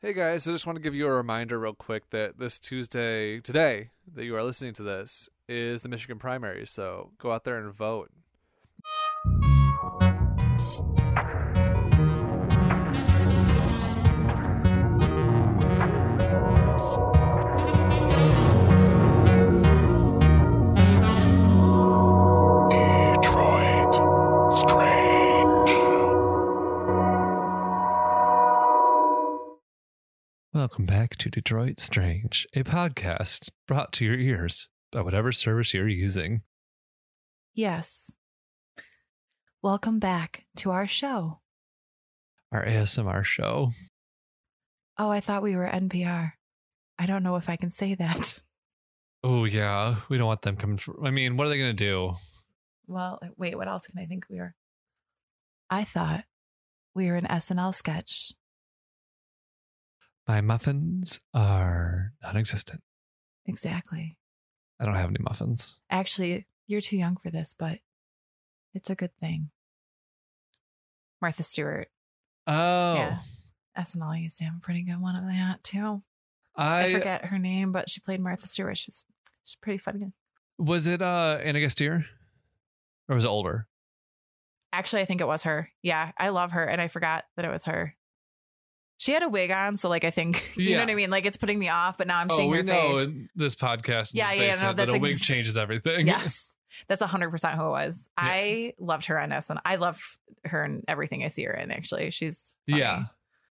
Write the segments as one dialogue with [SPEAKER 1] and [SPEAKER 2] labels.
[SPEAKER 1] Hey guys, I just want to give you a reminder real quick that this Tuesday, today, that you are listening to this is the Michigan primary. So go out there and vote.
[SPEAKER 2] Detroit Strange.
[SPEAKER 3] Welcome back to Detroit Strange, a podcast brought to your ears by whatever service you're using.
[SPEAKER 4] Yes. Welcome back to our show.
[SPEAKER 3] Our ASMR show.
[SPEAKER 4] Oh, I thought we were NPR. I don't know if I can say that.
[SPEAKER 3] Oh, yeah. We don't want them coming from. I mean, what are they going to do?
[SPEAKER 4] Well, wait, what else can I think we were? I thought we were an SNL sketch.
[SPEAKER 3] My muffins are non existent.
[SPEAKER 4] Exactly.
[SPEAKER 3] I don't have any muffins.
[SPEAKER 4] Actually, you're too young for this, but it's a good thing. Martha Stewart,
[SPEAKER 3] Oh,
[SPEAKER 4] Yeah. SNL used to have a pretty good one of that too. I,
[SPEAKER 3] I,
[SPEAKER 4] forget her name, but she played Martha Stewart. She's she's pretty funny.
[SPEAKER 3] was it uh, Anna Gasteer or was it older?
[SPEAKER 4] Actually, I think it was her. Yeah, I love her, and I forgot that it was her. She had a wig on, so like I think you
[SPEAKER 3] Yeah.
[SPEAKER 4] know what I mean. Like it's putting me off, but now I'm
[SPEAKER 3] oh,
[SPEAKER 4] seeing
[SPEAKER 3] we
[SPEAKER 4] her
[SPEAKER 3] know
[SPEAKER 4] face.
[SPEAKER 3] in this podcast, in
[SPEAKER 4] Yeah,
[SPEAKER 3] this
[SPEAKER 4] yeah, no,
[SPEAKER 3] basement that
[SPEAKER 4] that's
[SPEAKER 3] a
[SPEAKER 4] ex-
[SPEAKER 3] wig changes everything.
[SPEAKER 4] Yes, that's hundred percent who it was.
[SPEAKER 3] Yeah.
[SPEAKER 4] I loved her on SNL. I love her and everything I see her in. Actually, she's funny.
[SPEAKER 3] yeah.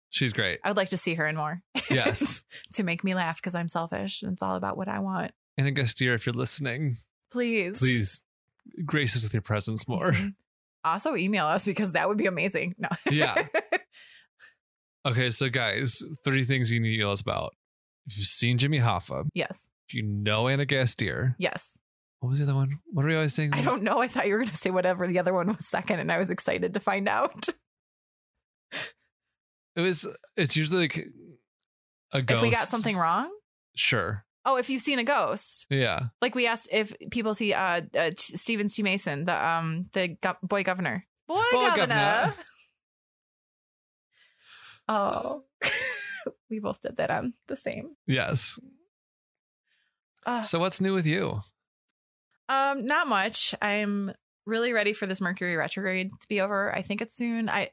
[SPEAKER 3] She's great.
[SPEAKER 4] I would like to see her in more
[SPEAKER 3] Yes.
[SPEAKER 4] to make me laugh because I'm selfish and it's all about what I want.
[SPEAKER 3] Anna Gasteer, if you're listening,
[SPEAKER 4] Please,
[SPEAKER 3] please grace us with your presence more.
[SPEAKER 4] Mhm. Also, email us because that would be amazing. No,
[SPEAKER 3] Yeah. Okay, so guys, three things you need to know us about. If you've seen Jimmy Hoffa,
[SPEAKER 4] yes,
[SPEAKER 3] if you know Anna Gasteer,
[SPEAKER 4] yes.
[SPEAKER 3] what was the other one? What are we always saying?
[SPEAKER 4] I don't know. I thought you were going to say whatever the other one was second, and I was excited to find out.
[SPEAKER 3] It was. It's usually like a ghost.
[SPEAKER 4] If we got something wrong.
[SPEAKER 3] sure.
[SPEAKER 4] Oh, if you've seen a ghost,
[SPEAKER 3] Yeah.
[SPEAKER 4] like we asked if people see uh, uh T- Stephen T. Mason, the um the go- boy governor, boy,
[SPEAKER 3] Boy
[SPEAKER 4] governor.
[SPEAKER 3] governor.
[SPEAKER 4] Oh, we both did that on the same.
[SPEAKER 3] Yes.
[SPEAKER 4] Uh,
[SPEAKER 3] So what's new with you?
[SPEAKER 4] Um, not much. I'm really ready for this Mercury retrograde to be over. I think it's soon. I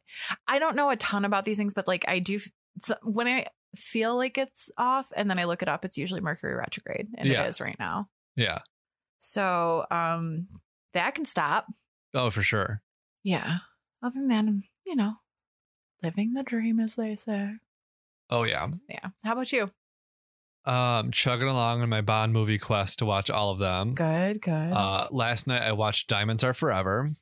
[SPEAKER 4] I don't know a ton about these things, but like I do f- so when I feel like it's off and then I look it up, it's usually Mercury retrograde and
[SPEAKER 3] Yeah.
[SPEAKER 4] it is right now.
[SPEAKER 3] Yeah.
[SPEAKER 4] So, um that can stop.
[SPEAKER 3] Oh, for sure.
[SPEAKER 4] Yeah. Other than that, I'm, you know, living the dream as they say.
[SPEAKER 3] Oh yeah.
[SPEAKER 4] Yeah. How about you?
[SPEAKER 3] Um, chugging along in my Bond movie quest to watch all of them.
[SPEAKER 4] Good, good.
[SPEAKER 3] Uh, last night I watched Diamonds Are Forever.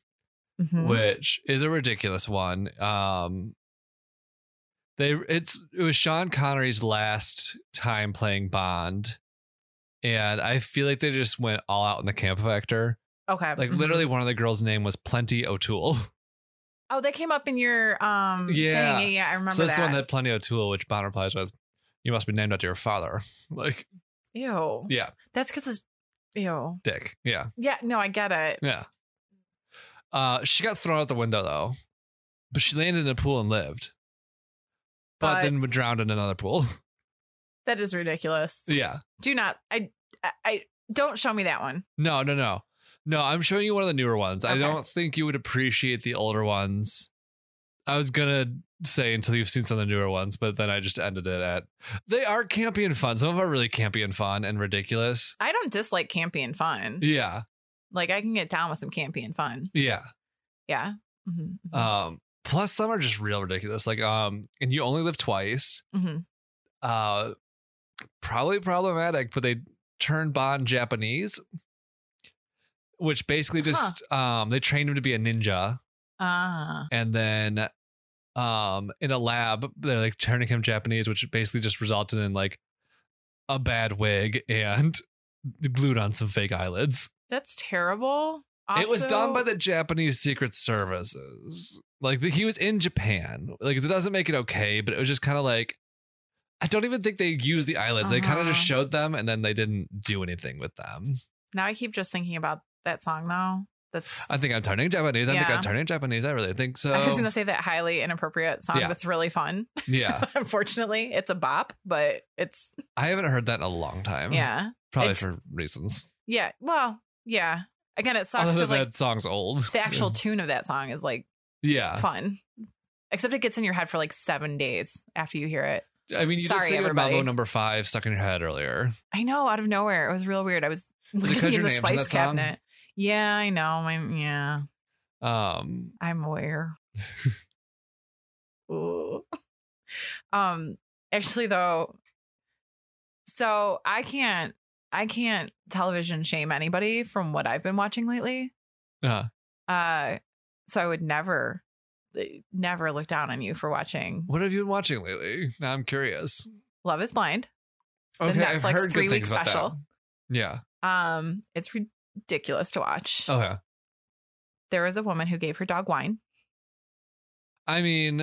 [SPEAKER 4] Mhm.
[SPEAKER 3] which is a ridiculous one. Um, they it's it was Sean Connery's last time playing Bond, and I feel like they just went all out in the camp factor.
[SPEAKER 4] okay.
[SPEAKER 3] Like
[SPEAKER 4] Mhm.
[SPEAKER 3] literally, one of the girls' name was Plenty O'Toole.
[SPEAKER 4] Oh, that came up in your um
[SPEAKER 3] Yeah.
[SPEAKER 4] thing. Yeah, yeah, I remember
[SPEAKER 3] so that's
[SPEAKER 4] that.
[SPEAKER 3] the one that had Plenty O'Toole, which Bond replies with, "You must be named after your father." Like,
[SPEAKER 4] Ew.
[SPEAKER 3] yeah,
[SPEAKER 4] That's because it's ew.
[SPEAKER 3] Dick. Yeah,
[SPEAKER 4] Yeah, no, I get it.
[SPEAKER 3] yeah. Uh, she got thrown out the window though, but she landed in a pool and lived.
[SPEAKER 4] But-
[SPEAKER 3] but then drowned in another pool.
[SPEAKER 4] That is ridiculous.
[SPEAKER 3] yeah.
[SPEAKER 4] Do not. I, I. I don't show me that one.
[SPEAKER 3] No, no, no. No, I'm showing you one of the newer ones. I
[SPEAKER 4] Okay.
[SPEAKER 3] don't think you would appreciate the older ones. I was gonna say until you've seen some of the newer ones, but then I just ended it at they are campy and fun. Some of them are really campy and fun and ridiculous.
[SPEAKER 4] I don't dislike campy and fun.
[SPEAKER 3] Yeah,
[SPEAKER 4] Like I can get down with some campy and fun.
[SPEAKER 3] yeah.
[SPEAKER 4] Yeah. Mhm, mhm,
[SPEAKER 3] Um, plus some are just real ridiculous. Like um, and you only live twice.
[SPEAKER 4] mhm.
[SPEAKER 3] Uh, probably problematic, but they turned Bond Japanese, which basically just um, they trained him to be a ninja.
[SPEAKER 4] Ah.
[SPEAKER 3] and then um in a lab they're like turning him japanese which basically just resulted in like a bad wig and glued on some fake eyelids
[SPEAKER 4] That's terrible.
[SPEAKER 3] it was done by
[SPEAKER 4] Also-
[SPEAKER 3] the japanese secret services like he was in japan like it doesn't make it okay but it was just kind of like i don't even think they used the eyelids they kind of
[SPEAKER 4] Uh-huh.
[SPEAKER 3] just showed them and then they didn't do anything with them
[SPEAKER 4] Now I keep just thinking about that song though. That's
[SPEAKER 3] I think I'm turning Japanese. I think
[SPEAKER 4] Yeah.
[SPEAKER 3] I'm turning Japanese. I really think so.
[SPEAKER 4] I was gonna say that highly inappropriate song.
[SPEAKER 3] Yeah.
[SPEAKER 4] That's really fun.
[SPEAKER 3] yeah.
[SPEAKER 4] Unfortunately, it's a bop, but it's
[SPEAKER 3] I haven't heard that in a long time.
[SPEAKER 4] yeah,
[SPEAKER 3] Probably
[SPEAKER 4] It's-
[SPEAKER 3] for reasons.
[SPEAKER 4] yeah. Well, yeah. Again, it sucks
[SPEAKER 3] Other
[SPEAKER 4] because
[SPEAKER 3] than
[SPEAKER 4] like
[SPEAKER 3] that song's old.
[SPEAKER 4] the actual tune of that song is like
[SPEAKER 3] Yeah.
[SPEAKER 4] fun, except it gets in your head for like seven days after you hear it.
[SPEAKER 3] I mean, you
[SPEAKER 4] Sorry,
[SPEAKER 3] did say you had
[SPEAKER 4] everybody.
[SPEAKER 3] Mambo number five stuck in your head earlier.
[SPEAKER 4] I know, out of nowhere, it was real weird. I was
[SPEAKER 3] it
[SPEAKER 4] looking
[SPEAKER 3] 'cause
[SPEAKER 4] in
[SPEAKER 3] your
[SPEAKER 4] the
[SPEAKER 3] name's in
[SPEAKER 4] spice
[SPEAKER 3] that song?
[SPEAKER 4] cabinet. Yeah, I know. My yeah,
[SPEAKER 3] Um,
[SPEAKER 4] I'm aware. Ooh. um, actually, though, so I can't, I can't television shame anybody from what I've been watching lately.
[SPEAKER 3] uh,
[SPEAKER 4] Uh, so I would never, eh, never look down on you for watching
[SPEAKER 3] what have you been watching lately? Now I'm curious.
[SPEAKER 4] Love Is Blind.
[SPEAKER 3] Okay, I've
[SPEAKER 4] Netflix
[SPEAKER 3] heard good
[SPEAKER 4] three-week
[SPEAKER 3] things about that.
[SPEAKER 4] special.
[SPEAKER 3] Yeah.
[SPEAKER 4] Um, it's ridiculous to watch.
[SPEAKER 3] Oh yeah.
[SPEAKER 4] There was a woman who gave her dog wine.
[SPEAKER 3] I mean,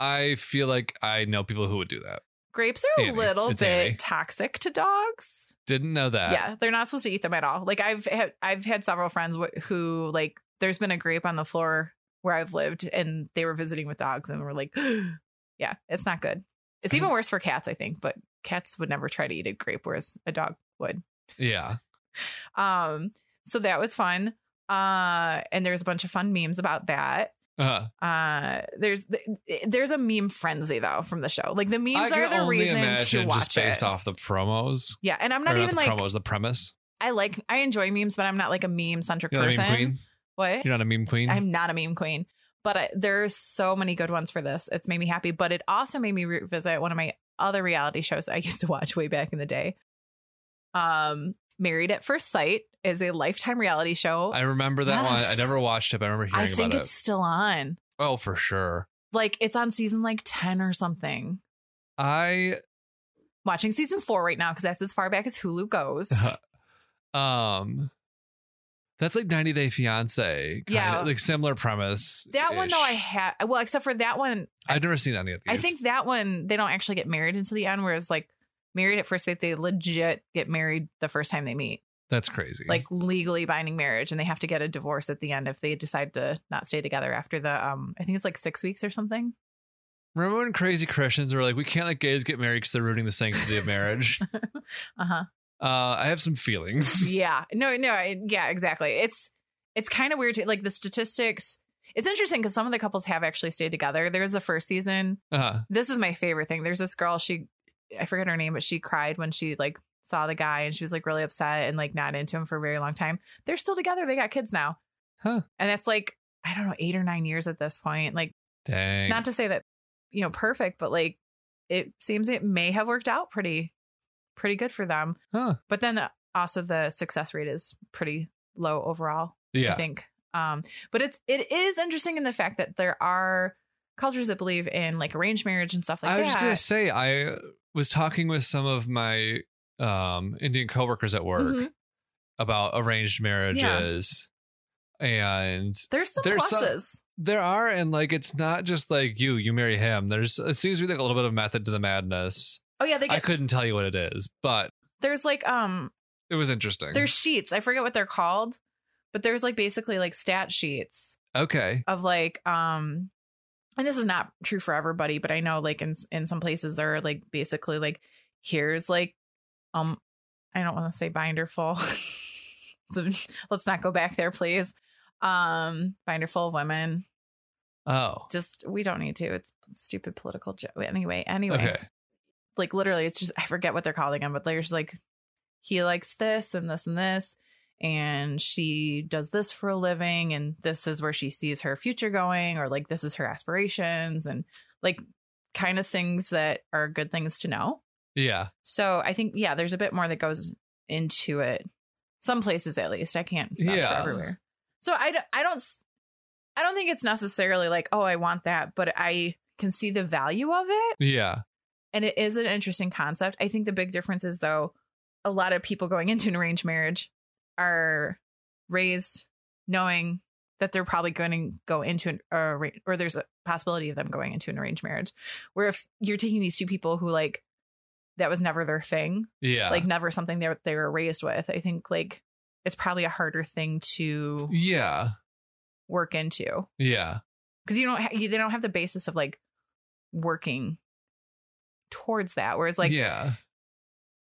[SPEAKER 3] I feel like I know people who would do that.
[SPEAKER 4] Grapes are
[SPEAKER 3] Annie.
[SPEAKER 4] a little
[SPEAKER 3] It's
[SPEAKER 4] bit
[SPEAKER 3] Annie.
[SPEAKER 4] toxic to dogs.
[SPEAKER 3] Didn't know that.
[SPEAKER 4] yeah, they're not supposed to eat them at all. Like I've had, I've had several friends wh- who like there's been a grape on the floor where I've lived, and they were visiting with dogs, and were like, yeah, it's not good. It's even worse for cats, I think, but cats would never try to eat a grape, whereas a dog would.
[SPEAKER 3] Yeah.
[SPEAKER 4] Um, so that was fun. Uh, and there's a bunch of fun memes about that.
[SPEAKER 3] Uh,
[SPEAKER 4] Uh, there's there's a meme frenzy though from the show. Like the memes
[SPEAKER 3] I can
[SPEAKER 4] are the
[SPEAKER 3] only
[SPEAKER 4] reason
[SPEAKER 3] imagine
[SPEAKER 4] to watch
[SPEAKER 3] just based
[SPEAKER 4] it.
[SPEAKER 3] off the promos.
[SPEAKER 4] yeah, and I'm not
[SPEAKER 3] or
[SPEAKER 4] even
[SPEAKER 3] the
[SPEAKER 4] like
[SPEAKER 3] promos, the premise.
[SPEAKER 4] I like I enjoy memes, but I'm not like a meme centric
[SPEAKER 3] You're not a
[SPEAKER 4] person.
[SPEAKER 3] meme queen.
[SPEAKER 4] What?
[SPEAKER 3] You're not a meme queen.
[SPEAKER 4] I'm not a meme queen, but I, there's so many good ones for this. It's made me happy, but it also made me revisit one of my other reality shows I used to watch way back in the day. Um, Married at First Sight is a lifetime reality show.
[SPEAKER 3] I remember that one. I
[SPEAKER 4] Yes.
[SPEAKER 3] never watched it, but I remember
[SPEAKER 4] I
[SPEAKER 3] hearing
[SPEAKER 4] think
[SPEAKER 3] about
[SPEAKER 4] it's
[SPEAKER 3] it.
[SPEAKER 4] still on.
[SPEAKER 3] Oh, for sure.
[SPEAKER 4] Like it's on season like 10 or something.
[SPEAKER 3] I
[SPEAKER 4] Watching season four right now because that's as far back as Hulu goes.
[SPEAKER 3] um that's like 90 Day Fiance. Kind
[SPEAKER 4] Yeah.
[SPEAKER 3] Of, like similar premise.
[SPEAKER 4] That one though I had well, except for that one,
[SPEAKER 3] I've never seen any of these.
[SPEAKER 4] I think that one they don't actually get married until the end, whereas like married at first sight, they legit get married the first time they meet,
[SPEAKER 3] that's crazy.
[SPEAKER 4] like legally binding marriage, and they have to get a divorce at the end if they decide to not stay together after the um I think it's like six weeks or something.
[SPEAKER 3] remember when crazy Christians were like, we can't let gays get married because they're ruining the sanctity of marriage.
[SPEAKER 4] Uh huh.
[SPEAKER 3] Uh, I have some feelings.
[SPEAKER 4] yeah. No. No. I, yeah. Exactly. It's it's kind of weird to like the statistics. It's interesting because some of the couples have actually stayed together. There's the first season
[SPEAKER 3] Uh,
[SPEAKER 4] this is my favorite thing. There's this girl, she I forget her name, but she cried when she like saw the guy and she was like really upset and like not into him for a very long time. They're still together. They got kids now.
[SPEAKER 3] Huh.
[SPEAKER 4] And that's like, I don't know, eight or nine years at this point. Like,
[SPEAKER 3] dang.
[SPEAKER 4] not to say that, you know, perfect, but like it seems it may have worked out pretty pretty good for them.
[SPEAKER 3] Huh.
[SPEAKER 4] But then the, also the success rate is pretty low overall. I
[SPEAKER 3] yeah.
[SPEAKER 4] think. Um, but it's it is interesting in the fact that there are cultures that believe in like arranged marriage and stuff like
[SPEAKER 3] I was
[SPEAKER 4] that.
[SPEAKER 3] just gonna say I was talking with some of my um, Indian coworkers at work
[SPEAKER 4] Mhm.
[SPEAKER 3] about arranged marriages, and
[SPEAKER 4] There's some
[SPEAKER 3] There's some-
[SPEAKER 4] pluses.
[SPEAKER 3] there are, and like it's not just like you you marry him. There's it seems to be like a little bit of method to the madness.
[SPEAKER 4] oh yeah, they
[SPEAKER 3] I
[SPEAKER 4] get
[SPEAKER 3] couldn't tell you what it is, but
[SPEAKER 4] there's like um
[SPEAKER 3] it was interesting.
[SPEAKER 4] there's sheets. I forget what they're called, but there's like basically like stat sheets
[SPEAKER 3] okay,
[SPEAKER 4] of like um and this is not true for everybody, but I know like in in some places they're like basically like here's like um I don't want to say binder full. So, Let's not go back there, please. Um, binder full of women.
[SPEAKER 3] oh
[SPEAKER 4] just we don't need to. It's stupid political joke. Anyway, anyway,
[SPEAKER 3] okay,
[SPEAKER 4] like literally, it's just I forget what they're calling him, but there's like he likes this and this and this, and she does this for a living, and this is where she sees her future going, or like this is her aspirations, and like kind of things that are good things to know.
[SPEAKER 3] yeah,
[SPEAKER 4] So I think yeah, there's a bit more that goes into it. Some places at least. I can't vouch
[SPEAKER 3] Yeah.
[SPEAKER 4] for everywhere. So I d- I don't s- I don't think it's necessarily like, oh, I want that, but I can see the value of it
[SPEAKER 3] yeah,
[SPEAKER 4] and it is an interesting concept. I think the big difference is though a lot of people going into an arranged marriage are raised knowing that they're probably going to go into an or, or there's a possibility of them going into an arranged marriage. Where if you're taking these two people who like that was never their thing,
[SPEAKER 3] yeah.
[SPEAKER 4] like never something they were- they were raised with. I think like it's probably a harder thing to
[SPEAKER 3] Yeah.
[SPEAKER 4] work into
[SPEAKER 3] Yeah.
[SPEAKER 4] because you don't ha- you, they don't have the basis of like working towards that. Whereas like
[SPEAKER 3] yeah.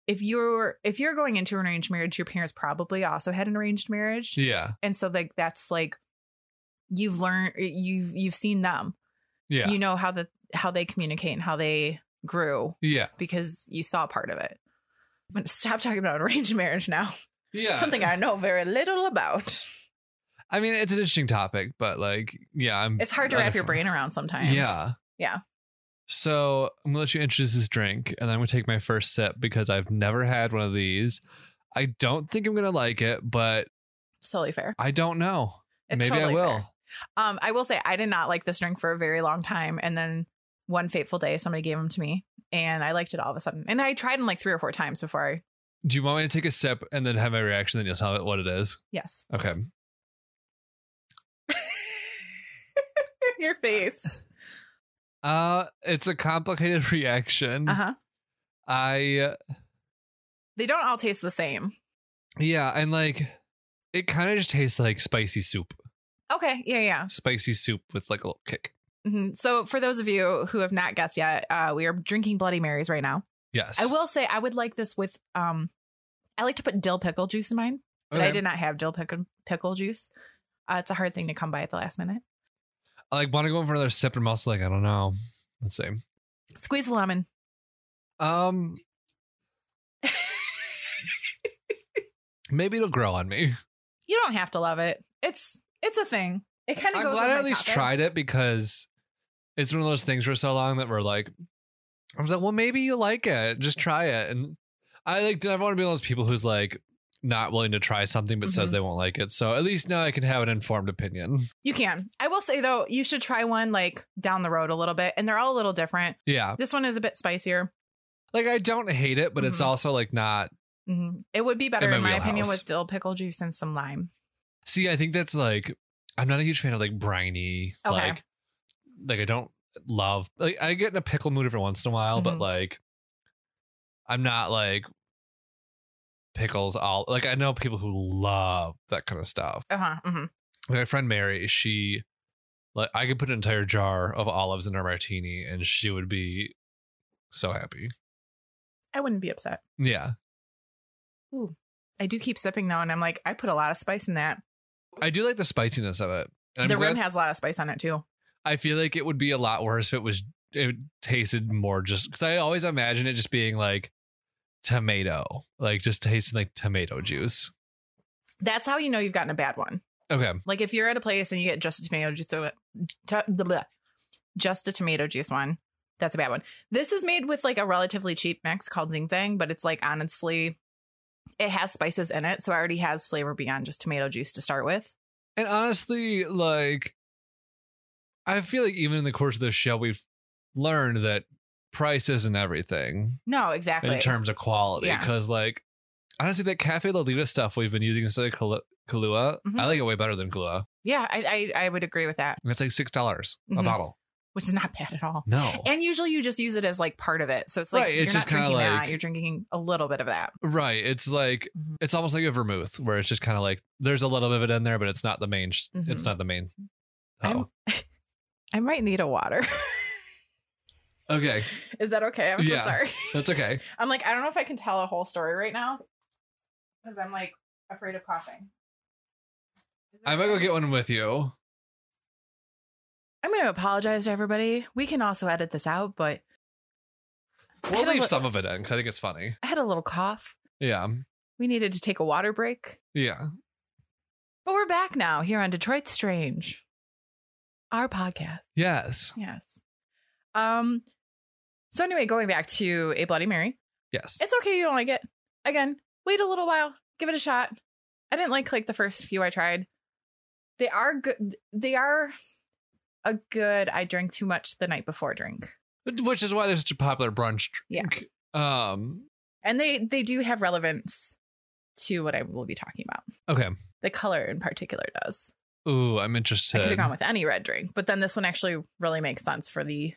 [SPEAKER 4] if you're if you're going into an arranged marriage, your parents probably also had an arranged marriage,
[SPEAKER 3] Yeah.
[SPEAKER 4] and so like that's like you've learned you've you've seen them.
[SPEAKER 3] Yeah.
[SPEAKER 4] you know how the how they communicate and how they grew
[SPEAKER 3] yeah.
[SPEAKER 4] because you saw part of it. I'm gonna stop talking about arranged marriage now.
[SPEAKER 3] Yeah.
[SPEAKER 4] Something I know very little about.
[SPEAKER 3] I mean, it's an interesting topic, but like, yeah, I'm.
[SPEAKER 4] It's hard to wrap your
[SPEAKER 3] unaf-
[SPEAKER 4] brain around sometimes.
[SPEAKER 3] Yeah.
[SPEAKER 4] Yeah.
[SPEAKER 3] So I'm gonna let you introduce this drink, and I'm gonna take my first sip because I've never had one of these. I don't think I'm gonna like it, but
[SPEAKER 4] It's totally fair.
[SPEAKER 3] I don't know.
[SPEAKER 4] It's
[SPEAKER 3] Maybe
[SPEAKER 4] totally
[SPEAKER 3] I will.
[SPEAKER 4] fair. Um, I will say I did not like this drink for a very long time, and then one fateful day somebody gave them to me, and I liked it all of a sudden. And I tried them like three or four times before I
[SPEAKER 3] Do you want me to take a sip and then have my reaction? Then you'll tell me what it is.
[SPEAKER 4] yes.
[SPEAKER 3] Okay.
[SPEAKER 4] Your face.
[SPEAKER 3] Uh, it's a complicated reaction.
[SPEAKER 4] Uh huh.
[SPEAKER 3] I uh,
[SPEAKER 4] They don't all taste the same.
[SPEAKER 3] yeah, and like it kind of just tastes like spicy soup,
[SPEAKER 4] Okay. Yeah. Yeah.
[SPEAKER 3] spicy soup with like a little kick.
[SPEAKER 4] Mhm. So, for those of you who have not guessed yet, uh, we are drinking Bloody Marys right now.
[SPEAKER 3] Yes,
[SPEAKER 4] I will say I would like this with, um, I like to put dill pickle juice in mine, but I
[SPEAKER 3] Okay.
[SPEAKER 4] did not have dill pickle pickle juice. Uh, it's a hard thing to come by at the last minute.
[SPEAKER 3] I like want to go in for another sip, and I'm also like, I don't know. Let's see.
[SPEAKER 4] Squeeze the lemon.
[SPEAKER 3] Um, maybe it'll grow on me.
[SPEAKER 4] You don't have to love it. It's it's a thing. It kind of
[SPEAKER 3] I'm
[SPEAKER 4] goes.
[SPEAKER 3] glad
[SPEAKER 4] with
[SPEAKER 3] I
[SPEAKER 4] my
[SPEAKER 3] at least
[SPEAKER 4] topic.
[SPEAKER 3] tried it because it's one of those things for so long that we're like, I was like, well, maybe you like it. Just try it. And I like, I want to be one of those people who's like not willing to try something but says
[SPEAKER 4] Mhm.
[SPEAKER 3] they won't like it. So at least now I can have an informed opinion.
[SPEAKER 4] You can. I will say though, you should try one like down the road a little bit, and they're all a little different.
[SPEAKER 3] Yeah.
[SPEAKER 4] This one is a bit spicier.
[SPEAKER 3] Like I don't hate it, but it's
[SPEAKER 4] Mhm.
[SPEAKER 3] also like not.
[SPEAKER 4] hmm It would be better,
[SPEAKER 3] my
[SPEAKER 4] in my opinion,
[SPEAKER 3] wheelhouse.
[SPEAKER 4] with dill pickle juice and some lime.
[SPEAKER 3] See, I think that's like I'm not a huge fan of like briny.
[SPEAKER 4] Okay.
[SPEAKER 3] Like, like I don't love. Like I get in a pickle mood every once in a while, but
[SPEAKER 4] Mhm.
[SPEAKER 3] like I'm not like pickles all. Like I know people who love that kind of stuff.
[SPEAKER 4] Uh huh. hmm
[SPEAKER 3] Like, my friend Mary, she like I could put an entire jar of olives in her martini, and she would be so happy.
[SPEAKER 4] I wouldn't be upset.
[SPEAKER 3] Yeah,
[SPEAKER 4] I do keep sipping though, and I'm like, I put a lot of spice in that.
[SPEAKER 3] I do like the spiciness of it. And
[SPEAKER 4] the
[SPEAKER 3] I'm
[SPEAKER 4] rim
[SPEAKER 3] glad-
[SPEAKER 4] has a lot of spice on it too.
[SPEAKER 3] I feel like it would be a lot worse if it was it tasted more just because I always imagine it just being like tomato, like just tasting like tomato juice.
[SPEAKER 4] That's how you know you've gotten a bad one.
[SPEAKER 3] Okay,
[SPEAKER 4] Like if you're at a place and you get just a tomato juice, to, to, blah, blah, just a tomato juice one, that's a bad one. This is made with like a relatively cheap mix called Zing Zang, but it's like honestly, it has spices in it, so it already has flavor beyond just tomato juice to start with.
[SPEAKER 3] and honestly, like I feel like even in the course of this show, we've learned that price isn't everything
[SPEAKER 4] No, exactly.
[SPEAKER 3] in terms of quality.
[SPEAKER 4] Yeah.
[SPEAKER 3] Because like honestly, that Cafe Lolita stuff we've been using instead of Kalu- Kahlua,
[SPEAKER 4] Mhm.
[SPEAKER 3] I like it way better than Kahlua.
[SPEAKER 4] yeah, I, I I would agree with that,
[SPEAKER 3] It's like six dollars a
[SPEAKER 4] Mhm.
[SPEAKER 3] bottle.
[SPEAKER 4] which is not bad at all.
[SPEAKER 3] No,
[SPEAKER 4] And usually you just use it as like part of it, so it's like
[SPEAKER 3] Right,
[SPEAKER 4] you're
[SPEAKER 3] it's
[SPEAKER 4] not
[SPEAKER 3] just kinda
[SPEAKER 4] drinking
[SPEAKER 3] like-
[SPEAKER 4] that, you're drinking a little bit of that.
[SPEAKER 3] Right. It's like
[SPEAKER 4] Mhm.
[SPEAKER 3] it's almost like a vermouth where it's just kind of like there's a little bit of it in there, but it's not the main. sh It's
[SPEAKER 4] Mhm.
[SPEAKER 3] not the main.
[SPEAKER 4] I'm-
[SPEAKER 3] Oh,
[SPEAKER 4] I might need a water.
[SPEAKER 3] okay,
[SPEAKER 4] Is that okay? I'm
[SPEAKER 3] Yeah.
[SPEAKER 4] so sorry.
[SPEAKER 3] that's okay.
[SPEAKER 4] I'm like, I don't know if I can tell a whole story right now because I'm like afraid of coughing. Is it
[SPEAKER 3] I might
[SPEAKER 4] okay?
[SPEAKER 3] go get one with you.
[SPEAKER 4] I'm going to apologize to everybody. We can also edit this out, but I
[SPEAKER 3] We'll
[SPEAKER 4] had a
[SPEAKER 3] leave
[SPEAKER 4] li-
[SPEAKER 3] some of it in because I think it's funny.
[SPEAKER 4] I had a little cough.
[SPEAKER 3] Yeah,
[SPEAKER 4] We needed to take a water break,
[SPEAKER 3] yeah.
[SPEAKER 4] but we're back now here on Detroit Strange, our podcast.
[SPEAKER 3] Yes,
[SPEAKER 4] Yes. Um. So anyway, going back to a Bloody Mary,
[SPEAKER 3] yes.
[SPEAKER 4] it's okay you don't like it. Again, wait a little while, give it a shot. I didn't like like the first few I tried. They are good. They are a good. I drank too much the night before drink,
[SPEAKER 3] Which is why there's such a popular brunch
[SPEAKER 4] Yeah.
[SPEAKER 3] drink. Um.
[SPEAKER 4] and they they do have relevance to what I will be talking about.
[SPEAKER 3] Okay.
[SPEAKER 4] The color in particular does.
[SPEAKER 3] Ooh, I'm
[SPEAKER 4] I could have
[SPEAKER 3] interested.
[SPEAKER 4] gone with any red drink, but then this one actually really makes sense for the.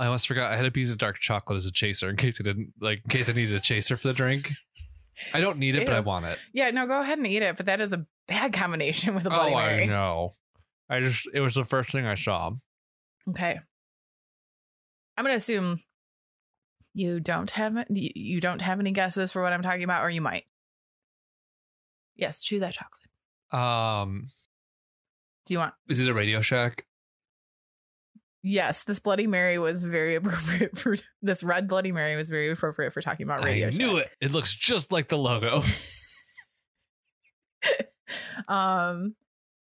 [SPEAKER 3] I almost forgot I had a piece of dark chocolate as a chaser in case I didn't like in case I needed a chaser for the drink. I don't need it, but I
[SPEAKER 4] Ew.
[SPEAKER 3] want it.
[SPEAKER 4] Yeah, no, go ahead and eat it, but that is a bad combination with a Bloody
[SPEAKER 3] oh,
[SPEAKER 4] Mary.
[SPEAKER 3] I know. I just it was the first thing I saw.
[SPEAKER 4] Okay. I'm gonna assume you don't have you- you don't have any guesses for what I'm talking about, or you might. Yes, chew that chocolate.
[SPEAKER 3] Um,
[SPEAKER 4] Do you want?
[SPEAKER 3] is it a Radio Shack?
[SPEAKER 4] Yes, this Bloody Mary was very appropriate for this red Bloody Mary was very appropriate for talking about radio.
[SPEAKER 3] I knew it. It looks just like the logo.
[SPEAKER 4] it. um,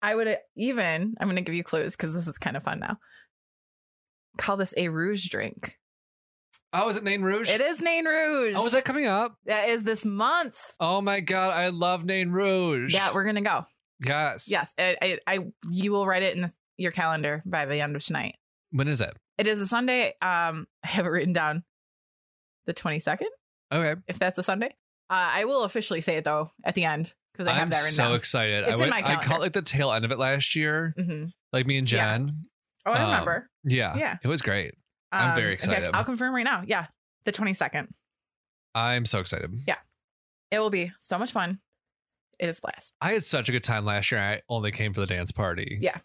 [SPEAKER 4] I would even I'm gonna give you clues because this is kind of fun now. Call this a rouge drink.
[SPEAKER 3] Oh, is it Nain Rouge?
[SPEAKER 4] It is Nain Rouge.
[SPEAKER 3] Oh, is that coming up?
[SPEAKER 4] that is this month.
[SPEAKER 3] Oh my god, I love Nain Rouge.
[SPEAKER 4] Yeah, we're gonna go.
[SPEAKER 3] Yes.
[SPEAKER 4] Yes, I, I, I you will write it in this, your calendar by the end of tonight.
[SPEAKER 3] When is it?
[SPEAKER 4] It is a Sunday. Um, I have it written down, the twenty second.
[SPEAKER 3] Okay.
[SPEAKER 4] If that's a Sunday, uh, I will officially say it though at the end because I have
[SPEAKER 3] I'm
[SPEAKER 4] that written
[SPEAKER 3] so
[SPEAKER 4] down.
[SPEAKER 3] excited.
[SPEAKER 4] It's
[SPEAKER 3] I
[SPEAKER 4] in
[SPEAKER 3] went,
[SPEAKER 4] my
[SPEAKER 3] I caught
[SPEAKER 4] calendar.
[SPEAKER 3] like the tail end of it last year.
[SPEAKER 4] Mhm.
[SPEAKER 3] Like me and
[SPEAKER 4] Yeah.
[SPEAKER 3] Jen.
[SPEAKER 4] Oh, I
[SPEAKER 3] Um,
[SPEAKER 4] remember.
[SPEAKER 3] Yeah.
[SPEAKER 4] Yeah.
[SPEAKER 3] It was great. I'm very
[SPEAKER 4] in fact,
[SPEAKER 3] excited.
[SPEAKER 4] I'll confirm right now. Yeah, the twenty second.
[SPEAKER 3] I'm so excited.
[SPEAKER 4] It will be so much fun. It is a blast.
[SPEAKER 3] I had such a good time last year. I only came for the dance party.
[SPEAKER 4] Yeah.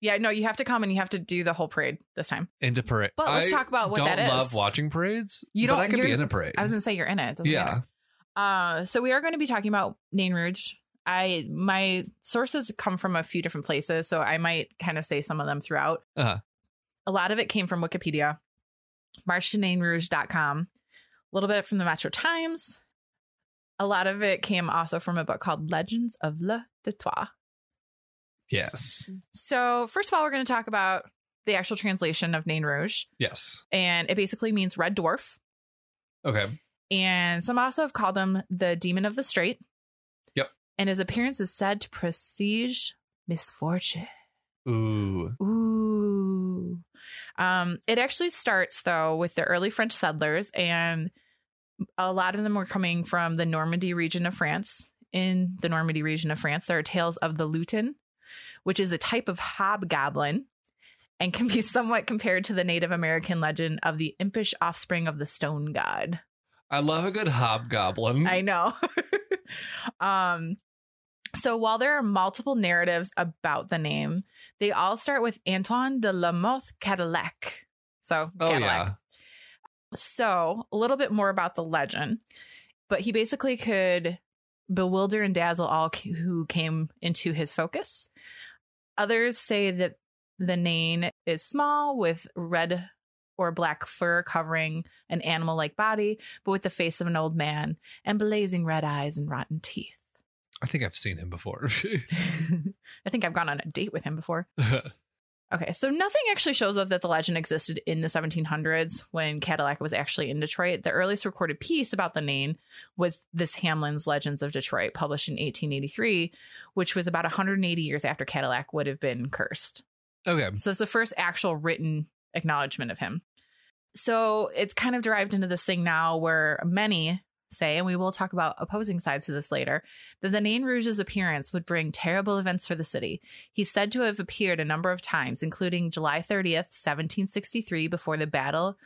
[SPEAKER 4] Yeah, no, you have to come and you have to do the whole parade this time.
[SPEAKER 3] Into parade.
[SPEAKER 4] But let's
[SPEAKER 3] I
[SPEAKER 4] talk about what
[SPEAKER 3] don't
[SPEAKER 4] that is.
[SPEAKER 3] love watching parades.
[SPEAKER 4] You
[SPEAKER 3] but
[SPEAKER 4] don't-
[SPEAKER 3] I could be
[SPEAKER 4] you're-
[SPEAKER 3] in a parade.
[SPEAKER 4] I was gonna say you're in it. it doesn't matter.
[SPEAKER 3] yeah.
[SPEAKER 4] Uh, so we are going to be talking about Nain Rouge. I my sources come from a few different places, so I might kind of say some of them throughout.
[SPEAKER 3] Uh-huh.
[SPEAKER 4] A lot of it came from Wikipedia, marchtonainrouge.com, a little bit from the Metro Times. A lot of it came also from a book called Legends of Le Detroit.
[SPEAKER 3] Yes.
[SPEAKER 4] So first of all, we're going to talk about the actual translation of Nain Rouge,
[SPEAKER 3] Yes.
[SPEAKER 4] and it basically means red dwarf.
[SPEAKER 3] Okay.
[SPEAKER 4] and some also have called him the demon of the strait.
[SPEAKER 3] Yep.
[SPEAKER 4] And his appearance is said to prestige misfortune.
[SPEAKER 3] Ooh.
[SPEAKER 4] Ooh. Um, it actually starts though with the early French settlers, and a lot of them were coming from the Normandy region of France. In the Normandy region of France, there are tales of the lutin, which is a type of hobgoblin and can be somewhat compared to the Native American legend of the impish offspring of the stone god.
[SPEAKER 3] I love a good hobgoblin.
[SPEAKER 4] I know. um so while there are multiple narratives about the name, they all start with Antoine de la Mothe Cadillac. So
[SPEAKER 3] oh
[SPEAKER 4] Cadillac.
[SPEAKER 3] yeah.
[SPEAKER 4] So a little bit more about the legend, but he basically could bewilder and dazzle all c- who came into his focus. Others say that the Nain is small with red or black fur covering an animal like body, but with the face of an old man and blazing red eyes and rotten teeth.
[SPEAKER 3] I think I've seen him before.
[SPEAKER 4] I think I've gone on a date with him before. Okay, so nothing actually shows up that the legend existed in the 1700s when Cadillac was actually in Detroit. The earliest recorded piece about the name was this Hamlin's Legends of Detroit, published in 1883, which was about 180 years after Cadillac would have been cursed.
[SPEAKER 3] okay.
[SPEAKER 4] So it's the first actual written acknowledgement of him. So it's kind of derived into this thing now where many say, and we will talk about opposing sides to this later, that the Nain Rouge's appearance would bring terrible events for the city. He's said to have appeared a number of times, including July 30th, 1763, before the Battle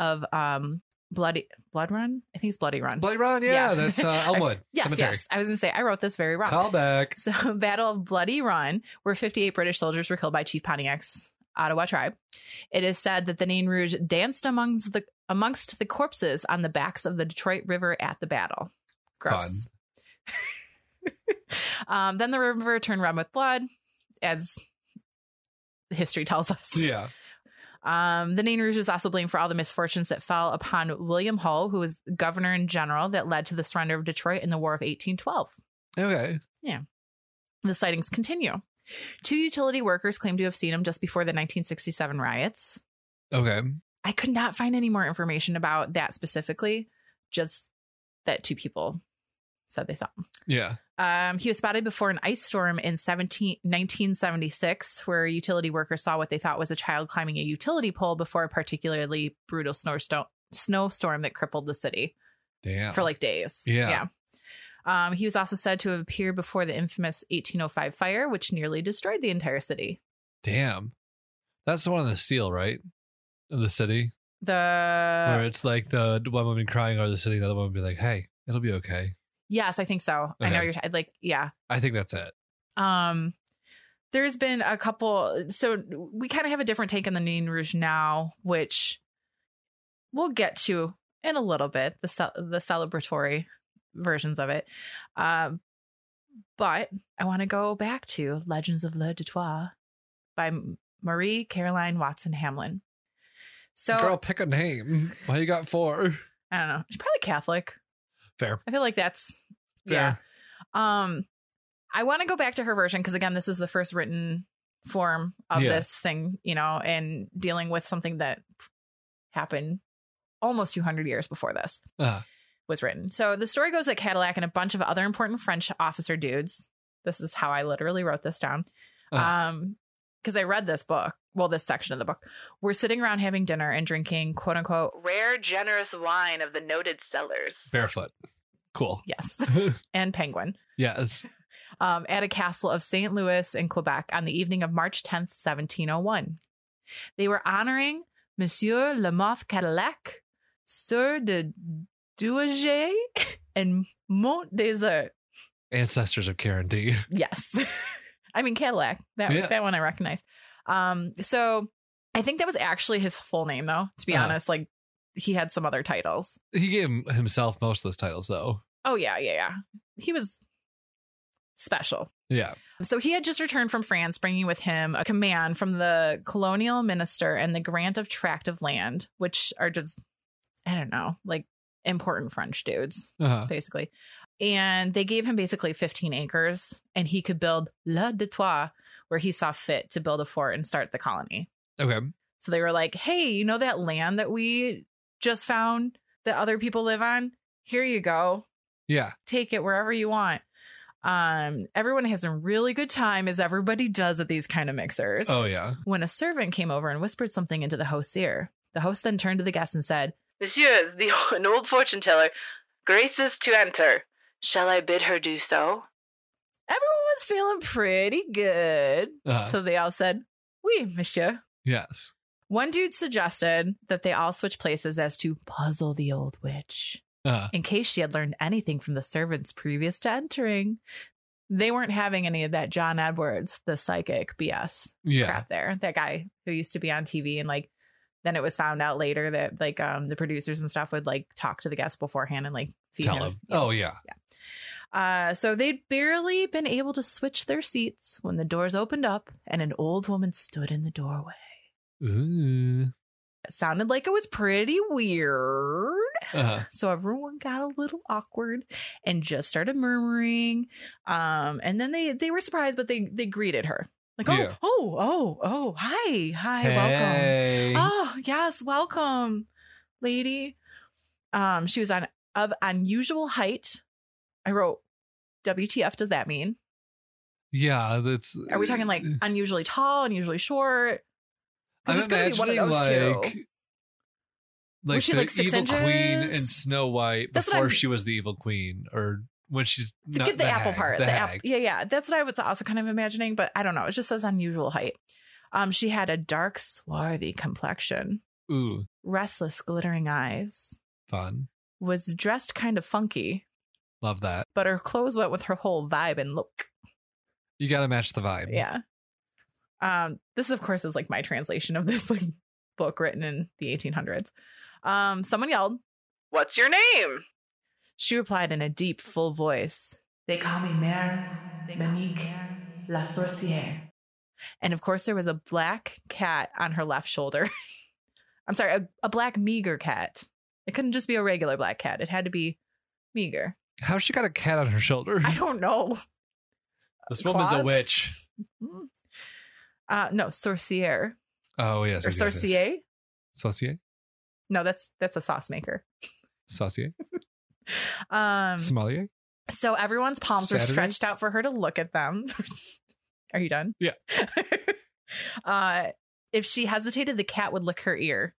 [SPEAKER 4] of um, Bloody Blood Run. I think it's Bloody Run.
[SPEAKER 3] Bloody Run, yeah,
[SPEAKER 4] Yeah.
[SPEAKER 3] that's uh, Elmwood
[SPEAKER 4] yes,
[SPEAKER 3] Cemetery.
[SPEAKER 4] yes. I was going to say, I wrote this very wrong.
[SPEAKER 3] Call back.
[SPEAKER 4] So, Battle of Bloody Run, where 58 British soldiers were killed by Chief Pontiac's Ottawa tribe. It is said that the Nain Rouge danced amongst the amongst the corpses on the backs of the Detroit River at the battle. Gross. um, then the river turned red with blood, as history tells us.
[SPEAKER 3] Yeah.
[SPEAKER 4] Um, the Nain Rouge is also blamed for all the misfortunes that fell upon William Hull, who was governor and general that led to the surrender of Detroit in the War of 1812.
[SPEAKER 3] Okay.
[SPEAKER 4] The sightings continue. Two utility workers claim to have seen him just before the 1967 riots.
[SPEAKER 3] Okay.
[SPEAKER 4] I could not find any more information about that specifically, just that two people said they saw him.
[SPEAKER 3] Yeah.
[SPEAKER 4] Um, he was spotted before an ice storm in 17, 1976, where a utility worker saw what they thought was a child climbing a utility pole before a particularly brutal snowstorm, snowstorm that crippled the city
[SPEAKER 3] Damn.
[SPEAKER 4] for like days.
[SPEAKER 3] Yeah.
[SPEAKER 4] Yeah. Um, he was also said to have appeared before the infamous 1805 fire, which nearly destroyed the entire city.
[SPEAKER 3] Damn. That's the one in the steel, right? Of the city. Where
[SPEAKER 4] The Uh,
[SPEAKER 3] it's like the one woman crying over the city, the other one would be like, hey, it'll be okay.
[SPEAKER 4] Yes, I think so. I know
[SPEAKER 3] Okay.
[SPEAKER 4] you're t- like, yeah.
[SPEAKER 3] I think that's it.
[SPEAKER 4] Um, there's been a couple. So we kind of have a different take on the Nain Rouge now, which we'll get to in a little bit. The ce- the celebratory versions of it. Um, but I want to go back to Legends of Le Dutois by Marie Caroline Watson Hamlin. So
[SPEAKER 3] Girl, pick a name. Why you got four?
[SPEAKER 4] I don't know. She's probably Catholic.
[SPEAKER 3] Fair.
[SPEAKER 4] I feel like that's yeah.
[SPEAKER 3] Fair.
[SPEAKER 4] Um, I want to go back to her version because again, this is the first written form of
[SPEAKER 3] Yeah.
[SPEAKER 4] this thing, you know, and dealing with something that happened almost 200 years before this
[SPEAKER 3] Ah.
[SPEAKER 4] was written. So the story goes that Cadillac and a bunch of other important French officer dudes. This is how I literally wrote this down.
[SPEAKER 3] Ah.
[SPEAKER 4] Um, because I read this book, well, this section of the book, we're sitting around having dinner and drinking quote unquote rare, generous wine of the noted cellars.
[SPEAKER 3] Barefoot. Cool.
[SPEAKER 4] Yes. and penguin
[SPEAKER 3] yes.
[SPEAKER 4] um, at a castle of St. Louis in Quebec on the evening of March 10th, 1701. They were honoring Monsieur Le Moth Cadillac, Sir de Douage, and Mont Desert.
[SPEAKER 3] Ancestors of Karen D.
[SPEAKER 4] Yes. I mean, Cadillac. That,
[SPEAKER 3] Yeah.
[SPEAKER 4] that one I recognize. Um, so I think that was actually his full name, though, to be
[SPEAKER 3] Uh-huh.
[SPEAKER 4] honest. Like, he had some other titles.
[SPEAKER 3] He gave him- himself most of those titles, though.
[SPEAKER 4] Oh, yeah, yeah, yeah. He was special.
[SPEAKER 3] Yeah.
[SPEAKER 4] So he had just returned from France, bringing with him a command from the colonial minister and the grant of tract of land, which are just, I don't know, like important French dudes,
[SPEAKER 3] Uh-huh.
[SPEAKER 4] basically. And they gave him basically 15 acres, and he could build La de Trois, where he saw fit to build a fort and start the colony.
[SPEAKER 3] Okay.
[SPEAKER 4] So they were like, hey, you know that land that we just found that other people live on? Here you go
[SPEAKER 3] Yeah.
[SPEAKER 4] take it wherever you want. Um, everyone has a really good time, as everybody does at these kind of mixers.
[SPEAKER 3] Oh, yeah.
[SPEAKER 4] When a servant came over and whispered something into the host's ear, the host then turned to the guest and said, Monsieur, the, an old fortune teller, graces to enter. Shall I bid her do so? Everyone was feeling pretty good.
[SPEAKER 3] Uh-huh.
[SPEAKER 4] So they all said, Oui, monsieur.
[SPEAKER 3] yes.
[SPEAKER 4] One dude suggested that they all switch places as to puzzle the old witch
[SPEAKER 3] Uh,
[SPEAKER 4] in case she had learned anything from the servants previous to entering. They weren't having any of that John Edwards, the psychic BS
[SPEAKER 3] yeah.
[SPEAKER 4] crap there. That guy who used to be on TV and like then it was found out later that like um the producers and stuff would like talk to the guests beforehand and like feed
[SPEAKER 3] Tell
[SPEAKER 4] him.
[SPEAKER 3] him. Oh, yeah.
[SPEAKER 4] Uh, so they'd barely been able to switch their seats when the doors opened up and an old woman stood in the doorway.
[SPEAKER 3] Ooh.
[SPEAKER 4] It sounded like it was pretty weird.
[SPEAKER 3] Uh-huh.
[SPEAKER 4] So everyone got a little awkward and just started murmuring. Um, and then they they were surprised, but they they greeted her like, oh,
[SPEAKER 3] Yeah.
[SPEAKER 4] oh, oh, oh, hi, hi, welcome.
[SPEAKER 3] Hey.
[SPEAKER 4] Oh, yes, welcome, lady. Um, she was on of unusual height. I wrote, WTF does that mean?
[SPEAKER 3] Yeah. That's. uh,
[SPEAKER 4] Are we talking like unusually tall, unusually short? 'Cause
[SPEAKER 3] Mm. I'm
[SPEAKER 4] it's gotta be one of
[SPEAKER 3] imagining
[SPEAKER 4] those
[SPEAKER 3] like,
[SPEAKER 4] two.
[SPEAKER 3] like
[SPEAKER 4] Was she,
[SPEAKER 3] the
[SPEAKER 4] like, six
[SPEAKER 3] evil queen
[SPEAKER 4] inches?
[SPEAKER 3] in Snow White
[SPEAKER 4] That's what
[SPEAKER 3] before
[SPEAKER 4] I'm-
[SPEAKER 3] she was the evil queen, or when she's
[SPEAKER 4] To
[SPEAKER 3] not
[SPEAKER 4] get the, apple
[SPEAKER 3] hag,
[SPEAKER 4] part.
[SPEAKER 3] The,
[SPEAKER 4] The apple.
[SPEAKER 3] hag.
[SPEAKER 4] Yeah, yeah. That's what I was also kind of imagining, but I don't know. It just says unusual height. Um, she had a dark, swarthy complexion,
[SPEAKER 3] Ooh,
[SPEAKER 4] restless, glittering eyes,
[SPEAKER 3] fun.
[SPEAKER 4] was dressed kind of funky,
[SPEAKER 3] Love that.
[SPEAKER 4] but her clothes went with her whole vibe and look.
[SPEAKER 3] You got to match the vibe.
[SPEAKER 4] Yeah. Um, this of course is like my translation of this like book written in the 1800s. Um, someone yelled, "What's your name?" She replied in a deep, full voice,
[SPEAKER 5] They call me Mère Monique La Sorcière.
[SPEAKER 4] And of course, there was a black cat on her left shoulder. I'm sorry, a, a black meager cat. It couldn't just be a regular black cat. It had to be meager.
[SPEAKER 3] How's she got a cat on her shoulder?
[SPEAKER 4] I don't know.
[SPEAKER 3] This woman's a
[SPEAKER 4] Claws?
[SPEAKER 3] witch.
[SPEAKER 4] Uh, no, sorciere
[SPEAKER 3] Oh yes.
[SPEAKER 4] or
[SPEAKER 3] yes, yes, yes.
[SPEAKER 4] sorcier.
[SPEAKER 3] Sorcier.
[SPEAKER 4] No, that's that's a sauce maker.
[SPEAKER 3] Sorcier.
[SPEAKER 4] Um,
[SPEAKER 3] Sommelier.
[SPEAKER 4] so everyone's palms were
[SPEAKER 3] Saturday?
[SPEAKER 4] stretched out for her to look at them. Are you done?
[SPEAKER 3] Yeah.
[SPEAKER 4] uh, if she hesitated, the cat would lick her ear.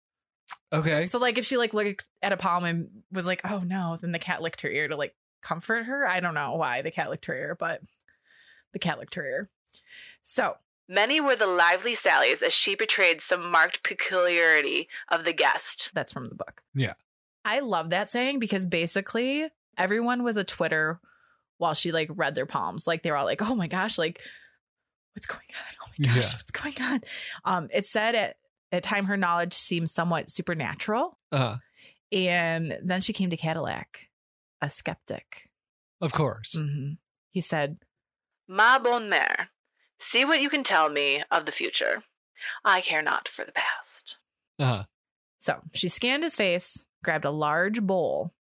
[SPEAKER 3] Okay.
[SPEAKER 4] So like if she like looked at a palm and was like, "Oh no," then the cat licked her ear to like comfort her. I don't know why the cat licked her ear, but the cat licked her ear. So
[SPEAKER 6] Many were the lively sallies as she betrayed some marked peculiarity of the guest.
[SPEAKER 4] that's from the book.
[SPEAKER 3] Yeah.
[SPEAKER 4] I love that saying because basically everyone was a Twitter while she like read their palms. Like they were all like, "Oh my gosh, like what's going on? Oh my gosh,
[SPEAKER 3] Yeah.
[SPEAKER 4] what's going on?" Um, it said at at time her knowledge seemed somewhat supernatural,
[SPEAKER 3] Uh,
[SPEAKER 4] and then she came to Cadillac, a skeptic.
[SPEAKER 3] of course.
[SPEAKER 4] hmm He said,
[SPEAKER 6] Ma bonne mère, see what you can tell me of the future. I care not for the past.
[SPEAKER 3] Uh,
[SPEAKER 4] So she scanned his face, grabbed a large bowl.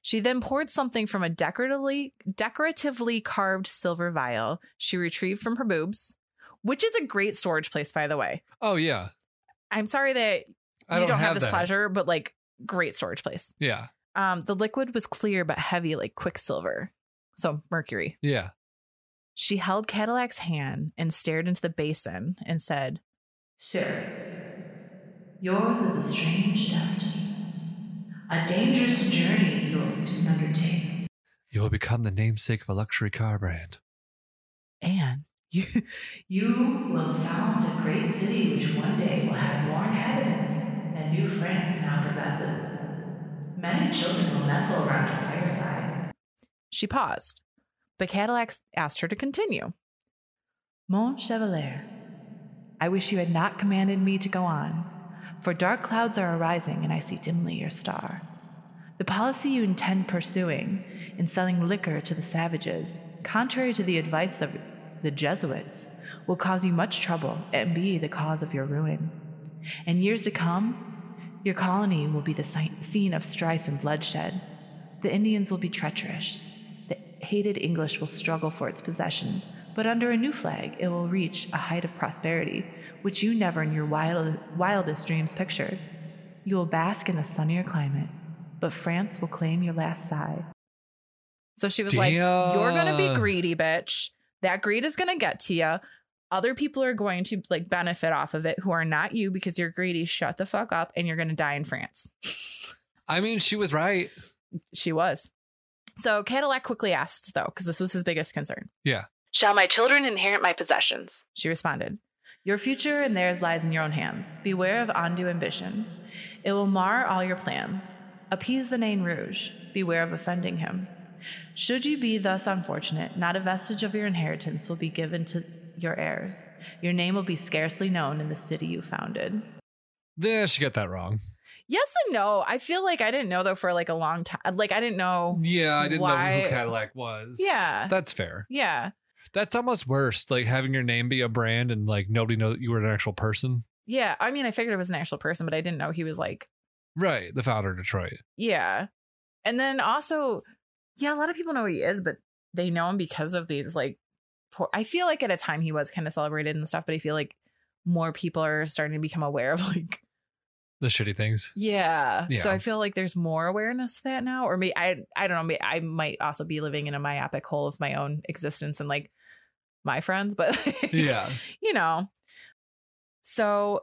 [SPEAKER 4] She then poured something from a decoratively decoratively carved silver vial she retrieved from her boobs, which is a great storage place, by the way.
[SPEAKER 3] oh yeah.
[SPEAKER 4] I'm sorry that
[SPEAKER 3] I
[SPEAKER 4] you
[SPEAKER 3] don't,
[SPEAKER 4] don't, have, this
[SPEAKER 3] that.
[SPEAKER 4] pleasure, but like great storage place.
[SPEAKER 3] Yeah.
[SPEAKER 4] Um, the liquid was clear but heavy, like quicksilver. So mercury.
[SPEAKER 3] Yeah.
[SPEAKER 4] She held Cadillac's hand and stared into the basin and said,
[SPEAKER 5] Sir, yours is a strange destiny. A dangerous journey you will soon undertake.
[SPEAKER 3] You will become the namesake of a luxury car brand.
[SPEAKER 4] Anne, you
[SPEAKER 5] You will found a great city which one day will have more inhabitants than New France now possesses. Many children will nestle around a fireside.
[SPEAKER 4] She paused, but Cadillac asked her to continue.
[SPEAKER 5] Mon Chevalier, I wish you had not commanded me to go on, for dark clouds are arising and I see dimly your star. The policy you intend pursuing in selling liquor to the savages, contrary to the advice of the Jesuits, will cause you much trouble and be the cause of your ruin. In years to come, your colony will be the si- scene of strife and bloodshed. The Indians will be treacherous. The hated English will struggle for its possession, but under a new flag, it will reach a height of prosperity which you never in your wild, wildest dreams pictured. You will bask in the sunnier climate, but France will claim your last sigh.
[SPEAKER 4] So she was like, You're going to be
[SPEAKER 3] Damn.
[SPEAKER 4] greedy, bitch. That greed is going to get to you. Other people are going to like benefit off of it who are not you because you're greedy. Shut the fuck up and you're going to die in France.
[SPEAKER 3] I mean, she was right.
[SPEAKER 4] She was. So Cadillac quickly asked, though, because this was his biggest concern.
[SPEAKER 6] Shall my children inherit my possessions?
[SPEAKER 4] She responded,
[SPEAKER 5] Your future and theirs lies in your own hands. Beware of undue ambition. It will mar all your plans. Appease the Nain Rouge. Beware of offending him. Should you be thus unfortunate, not a vestige of your inheritance will be given to your heirs. Your name will be scarcely known in the city you founded.
[SPEAKER 3] Yeah, she got that wrong.
[SPEAKER 4] Yes and no. I feel like I didn't know, though, for like a long time. Like, I didn't know.
[SPEAKER 3] Yeah, I didn't know
[SPEAKER 4] Why-
[SPEAKER 3] who Cadillac was.
[SPEAKER 4] Yeah.
[SPEAKER 3] That's fair.
[SPEAKER 4] Yeah.
[SPEAKER 3] That's almost worse. Like having your name be a brand and like nobody know that you were an actual person.
[SPEAKER 4] Yeah. I mean, I figured it was an actual person, but I didn't know he was like
[SPEAKER 3] Right. The founder of Detroit.
[SPEAKER 4] Yeah. And then also, yeah, a lot of people know who he is, but they know him because of these like poor I feel like at a time he was kind of celebrated and stuff, but I feel like more people are starting to become aware of like
[SPEAKER 3] The shitty things.
[SPEAKER 4] yeah.
[SPEAKER 3] Yeah.
[SPEAKER 4] So I feel like there's more awareness to that now. Or maybe I I don't know, maybe I might also be living in a myopic hole of my own existence and like my friends, but like,
[SPEAKER 3] Yeah.
[SPEAKER 4] you know. So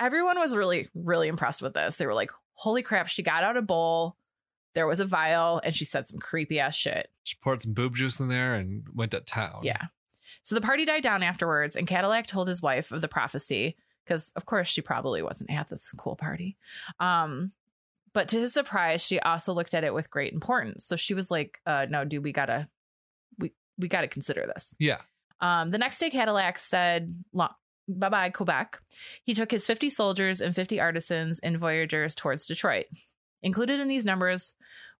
[SPEAKER 4] everyone was really, really impressed with this. They were like, holy crap, she got out a bowl, there was a vial, and she said some creepy ass shit.
[SPEAKER 3] She poured some boob juice in there and went to town.
[SPEAKER 4] Yeah. So the party died down afterwards, and Cadillac told his wife of the prophecy, because of course she probably wasn't at this cool party. Um, but to his surprise, she also looked at it with great importance. So she was like, uh, no, dude, we gotta we we gotta consider this.
[SPEAKER 3] Yeah.
[SPEAKER 4] Um, the next day, Cadillac said, "Bye bye, Quebec." He took his 50 soldiers and 50 artisans and voyagers towards Detroit. Included in these numbers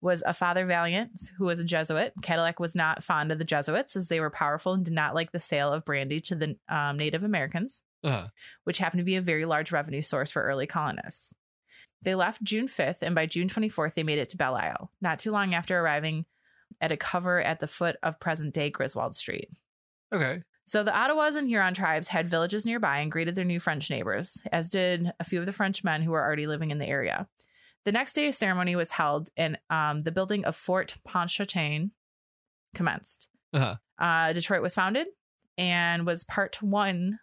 [SPEAKER 4] was a Father Valiant, who was a Jesuit. Cadillac was not fond of the Jesuits as they were powerful and did not like the sale of brandy to the um, Native Americans,
[SPEAKER 3] Uh,
[SPEAKER 4] which happened to be a very large revenue source for early colonists. They left June 5th, and by June 24th, they made it to Belle Isle, not too long after arriving at a cover at the foot of present day Griswold Street.
[SPEAKER 3] okay.
[SPEAKER 4] So the Ottawas and Huron tribes had villages nearby and greeted their new French neighbors, as did a few of the Frenchmen who were already living in the area. The next day, a ceremony was held, and um, the building of Fort Pontchartrain commenced.
[SPEAKER 3] Uh-huh.
[SPEAKER 4] Uh, Detroit was founded, and was part one.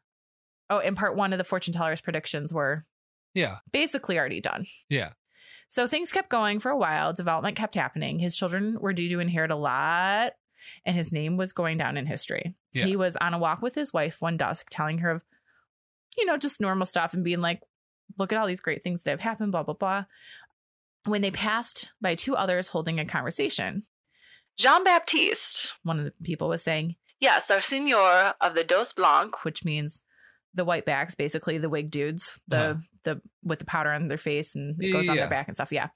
[SPEAKER 4] Oh, and part one of the fortune teller's predictions were
[SPEAKER 3] Yeah.
[SPEAKER 4] basically already done.
[SPEAKER 3] Yeah.
[SPEAKER 4] So things kept going for a while. Development kept happening. His children were due to inherit a lot, and his name was going down in history.
[SPEAKER 3] Yeah.
[SPEAKER 4] He was on a walk with his wife one dusk, telling her of, you know, just normal stuff and being like, look at all these great things that have happened, blah, blah, blah. When they passed by two others holding a conversation,
[SPEAKER 6] Jean Baptiste,
[SPEAKER 4] One of the people was saying,
[SPEAKER 6] yes, our Seigneur of the Dos Blanc,
[SPEAKER 4] which means the white backs, basically the wig dudes, the
[SPEAKER 3] Uh-huh.
[SPEAKER 4] the with the powder on their face and it goes on
[SPEAKER 3] Yeah.
[SPEAKER 4] their back and stuff. Yeah.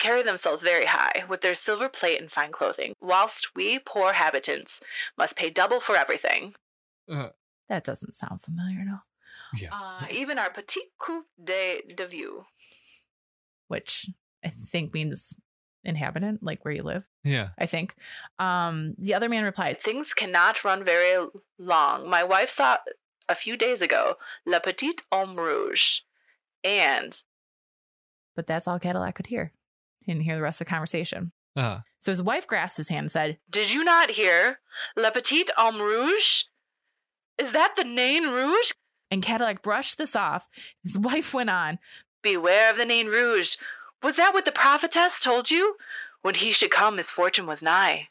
[SPEAKER 6] carry themselves very high with their silver plate and fine clothing, whilst we poor habitants must pay double for everything.
[SPEAKER 4] That doesn't sound familiar at all.
[SPEAKER 3] Uh-huh. Yeah.
[SPEAKER 6] Uh, even our petit coup de, de view.
[SPEAKER 4] Which I think means inhabitant, like where you live,
[SPEAKER 3] Yeah.
[SPEAKER 4] I think. Um the other man replied,
[SPEAKER 6] Things cannot run very long. My wife saw a few days ago Le Petit Homme Rouge, and
[SPEAKER 4] but that's all Cadillac could hear. He didn't hear the rest of the conversation.
[SPEAKER 3] Uh,
[SPEAKER 4] So his wife grasped his hand and said,
[SPEAKER 6] Did you not hear? Le Petit Homme Rouge? Is that the Nain Rouge?
[SPEAKER 4] and Cadillac brushed this off. His wife went on.
[SPEAKER 6] Beware of the Nain Rouge. Was that what the prophetess told you? When he should come, his fortune was nigh.